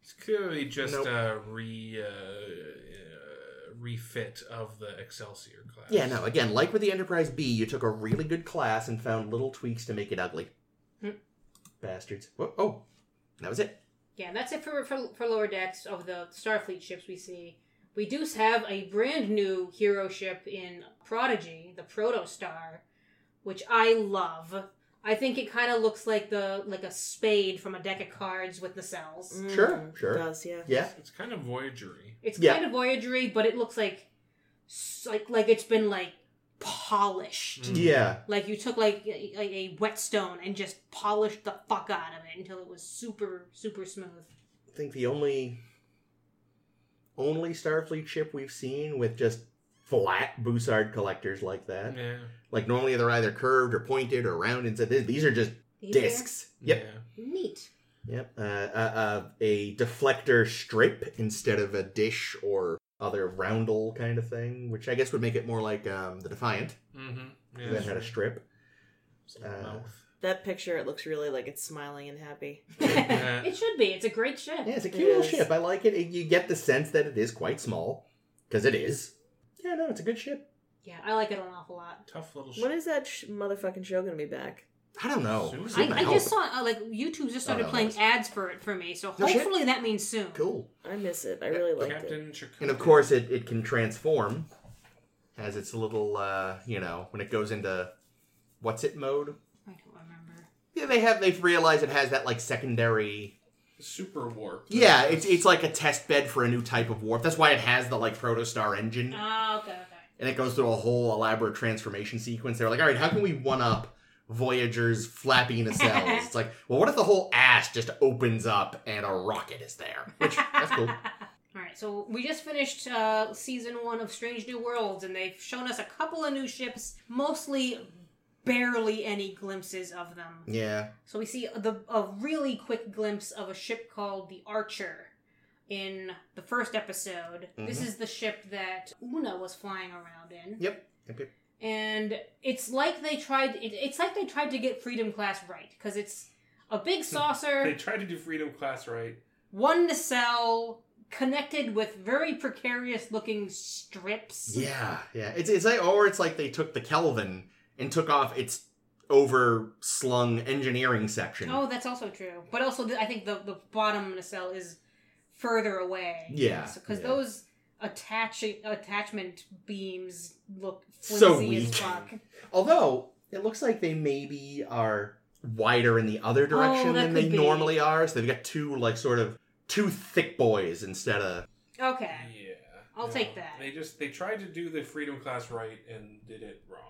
It's clearly just Nope. a re uh, uh, refit of the Excelsior class. Yeah, no. Again, like with the Enterprise B, you took a really good class and found little tweaks to make it ugly. Hmm. Bastards. Whoa, oh, that was it. Yeah, and that's it for, for for lower decks of the Starfleet ships we see. We do have a brand new hero ship in Prodigy, the Protostar, which I love. I think it kind of looks like the like a spade from a deck of cards with the cells. Mm. Sure, sure. It does, yeah. Yeah. It's kind of Voyagery. It's Yeah. kind of voyagery, but it looks like s- like like it's been like polished. Mm. Yeah. Like you took like a, like a whetstone and just polished the fuck out of it until it was super super smooth. I think the only only Starfleet ship we've seen with just flat Bussard collectors like that. Yeah. Like normally they're either curved or pointed or round inside. These- These are just These are discs. Yep. Yeah. Neat. Yep. Uh, uh, uh, a deflector strip instead of a dish or other roundel kind of thing, which I guess would make it more like um, the Defiant Mm-hmm. that had a strip. uh, mouth. That picture, it looks really like it's smiling and happy. it should be. It's a great ship. Yeah, it's a It cute little is. ship. I like it. You get the sense that it is quite small because it is. Yeah, no, it's a good ship. Yeah, I like it an awful lot. Tough little. When is that sh- motherfucking show gonna be back? I don't know. Soon. Soon, I, I hope. just saw uh, like YouTube just started Oh, no, playing that's- ads for it for me, so No shit. hopefully that means soon. cool. I miss it. I really liked it. Captain Chakotay. And of course, it, it can transform. Has its little, uh, you know, when it goes into what's it mode. I don't remember. Yeah, they have. They've realized it has that like secondary. super warp. Yeah, it's it's like a test bed for a new type of warp. That's why it has the like protostar engine, Oh, okay, okay. and it goes through a whole elaborate transformation sequence. They're like, all right, how can we one up Voyager's flappy [LAUGHS] nacelles? it's like, well, what if the whole ass just opens up and a rocket is there? Which that's cool. [LAUGHS] All right, so we just finished uh, season one of Strange New Worlds, and they've shown us a couple of new ships, mostly barely any glimpses of them. Yeah. So we see the, a really quick glimpse of a ship called the Archer in the first episode. This Mhm. is the ship that Una was flying around in, Yep. Yep, yep. and it's like they tried. It, it's like they tried to get Freedom Class right because it's a big Hmm. saucer. They tried to do Freedom Class right. one nacelle connected with very precarious looking strips. Yeah, yeah. It's it's like or it's like they took the Kelvin and took off its over slung engineering section. Oh, that's also true. But also, th- I think the, the bottom nacelle is further away. Yeah, Because yeah. those attaching attachment beams look flimsy So as weak. fuck. Although it looks like they maybe are wider in the other direction Oh, that than they could be. normally are. So they've got two like sort of two thick boys instead of Okay. Yeah. I'll take that. They just they tried to do the Freedom Class right and did it wrong.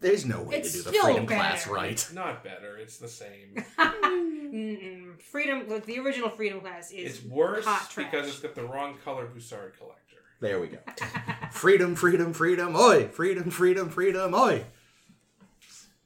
there's no way It's to do the still freedom better. class right. Not better. It's the same. Mm-mm. Freedom, like the original Freedom class is. It's worse hot trash. because it's got the wrong color Bussard collector. There we go. [LAUGHS] freedom, freedom, freedom, oi! Freedom, freedom, freedom, oi!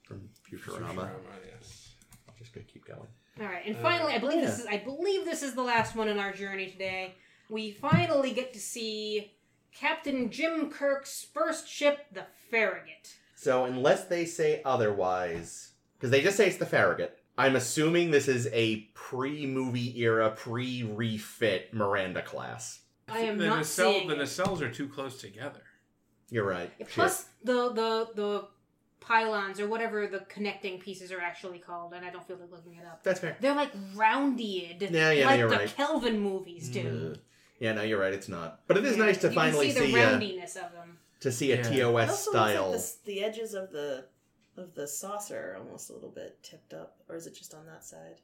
From Futurama. Futurama, yes. Just gonna keep going. All right, and finally, I uh, believe this is I believe this is the last one in our journey today. We finally get to see Captain Jim Kirk's first ship, the Farragut. So unless they say otherwise, because they just say it's the Farragut, I'm assuming this is a pre-movie era, pre-refit Miranda class. I am the not nacelle- seeing it. the nacelles are too close together. You're right. Plus the the the pylons or whatever the connecting pieces are actually called, and I don't feel like looking it up. Shit. that's fair. They're like rounded, Yeah, yeah, like you're the right. Kelvin movies do. Uh, yeah, no, you're right. It's not, but it is Yeah, nice to you can finally see the see, uh, roundiness of them. to see a Yeah. It TOS also looks like style. the s- the edges of the of the saucer are almost a little bit tipped up, or is it just on that side?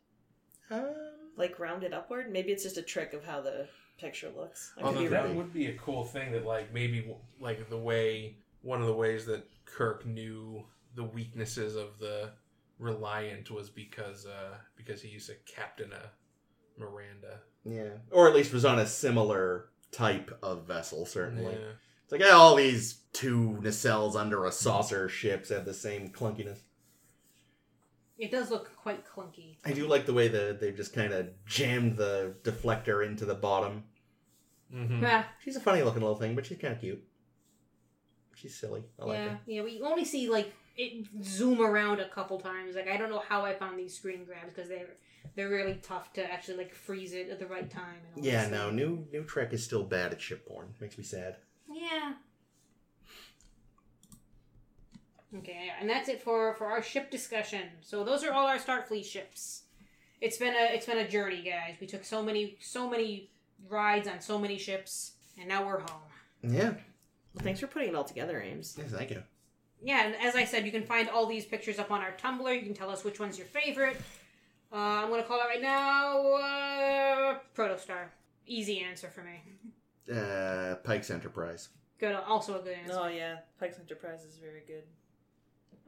Um, Like rounded upward? Maybe it's just a trick of how the picture looks. I could Although be that wrong. would be a cool thing that, like, maybe w- like the way one of the ways that Kirk knew the weaknesses of the Reliant was because uh because he used to captain a Miranda. yeah, or at least was on a similar type of vessel, certainly. Yeah. It's like eh, all these two nacelles under a saucer ships have the same clunkiness. It does look quite clunky. I do like the way that they've just kind of jammed the deflector into the bottom. Hmm, Mm-hmm. Yeah, She's a funny looking little thing, but she's kind of cute. She's silly. I like yeah, her. yeah. We only see like it zoom around a couple times. Like I don't know how I found these screen grabs because they're they're really tough to actually like freeze it at the right time. And all that Yeah, stuff. no, new new Trek is still bad at ship porn. Makes me sad. Yeah. Okay, and that's it for for our ship discussion. So those are all our Starfleet ships. It's been a it's been a journey, guys. We took so many so many rides on so many ships, and now we're home. Yeah. Well, thanks for putting it all together, Ames. Yes, thank you. Yeah, and as I said, you can find all these pictures up on our Tumblr. You can tell us which one's your favorite. Uh, I'm gonna call it right now. Uh, Protostar. Easy answer for me. Uh, Pike's Enterprise. Good. Also a good answer. Oh yeah, Pike's Enterprise is very good.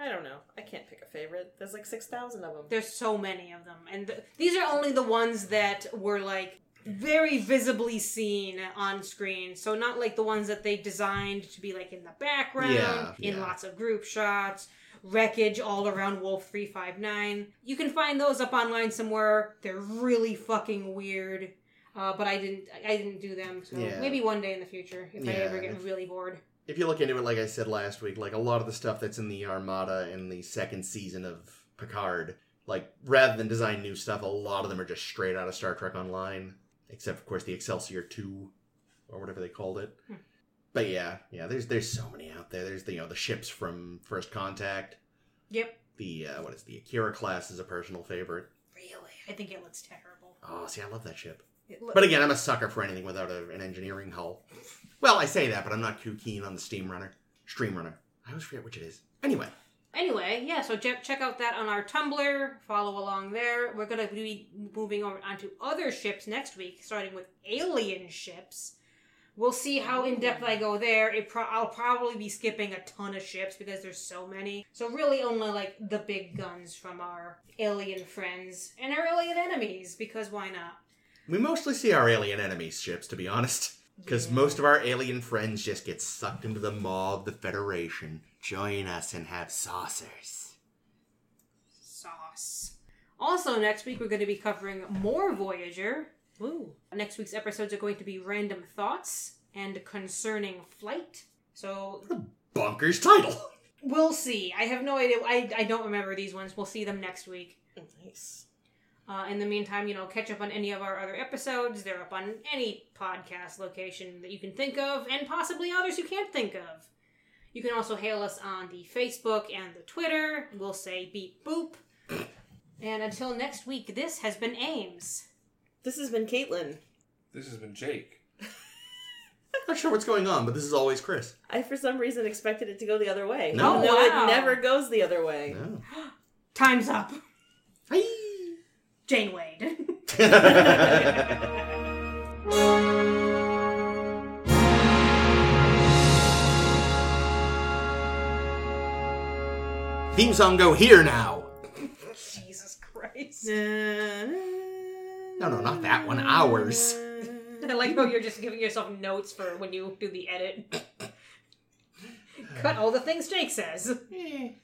I don't know. I can't pick a favorite. There's like six thousand of them. There's so many of them, and th- these are only the ones that were like very visibly seen on screen. So not like the ones that they designed to be like in the background, Yeah, in yeah. lots of group shots, wreckage all around Wolf three five nine. You can find those up online somewhere. They're really fucking weird. Uh, but I didn't. I didn't do them. So Yeah. maybe one day in the future, if I Yeah, ever get if- really bored. If you look into it, like I said last week, like a lot of the stuff that's in the Armada in the second season of Picard, like rather than design new stuff, a lot of them are just straight out of Star Trek Online, except of course the Excelsior Two, or whatever they called it. Hmm. But yeah, yeah, there's there's so many out there. There's the you know the ships from First Contact. Yep. The uh, what is the Akira class is a personal favorite. Really, I think it looks terrible. Oh, see, I love that ship. It loo- But again, I'm a sucker for anything without a, an engineering hull. Well, I say that, but I'm not too keen on the steam runner, stream runner. I always forget which it is. Anyway, anyway, yeah, so check, check out that on our Tumblr. Follow along there. We're going to be moving over onto other ships next week, starting with alien ships. We'll see how in depth I go there. It pro- I'll probably be skipping a ton of ships because there's so many. So really, only like the big guns from our alien friends and our alien enemies because why not? we mostly see our alien enemies ships, to be honest, because Yeah. most of our alien friends just get sucked into the maw of the Federation. Join us and have saucers. sauce. Also, next week we're going to be covering more Voyager. Ooh. Next week's episodes are going to be random thoughts and concerning flight. So Bunker's title. [LAUGHS] we'll see. I have no idea. I, I don't remember these ones. We'll see them next week. Nice. Uh, in the meantime, you know, catch up on any of our other episodes. They're up on any podcast location that you can think of, and possibly others you can't think of. You can also hail us on the Facebook and the Twitter. We'll say beep boop. [COUGHS] And until next week, this has been Ames. This has been Caitlin. This has been Jake. Not sure what's going on, but this is always Chris. I for some reason expected it to go the other way. No. no, Oh, wow. it never goes the other way. No. Time's up. Hey. Jane Wade. [LAUGHS] [LAUGHS] Theme song go here now. Jesus Christ. No, no, not that one. Ours. [LAUGHS] I like how you're just giving yourself notes [LAUGHS] for when you do the edit. Cut all the things Jake says. Eh.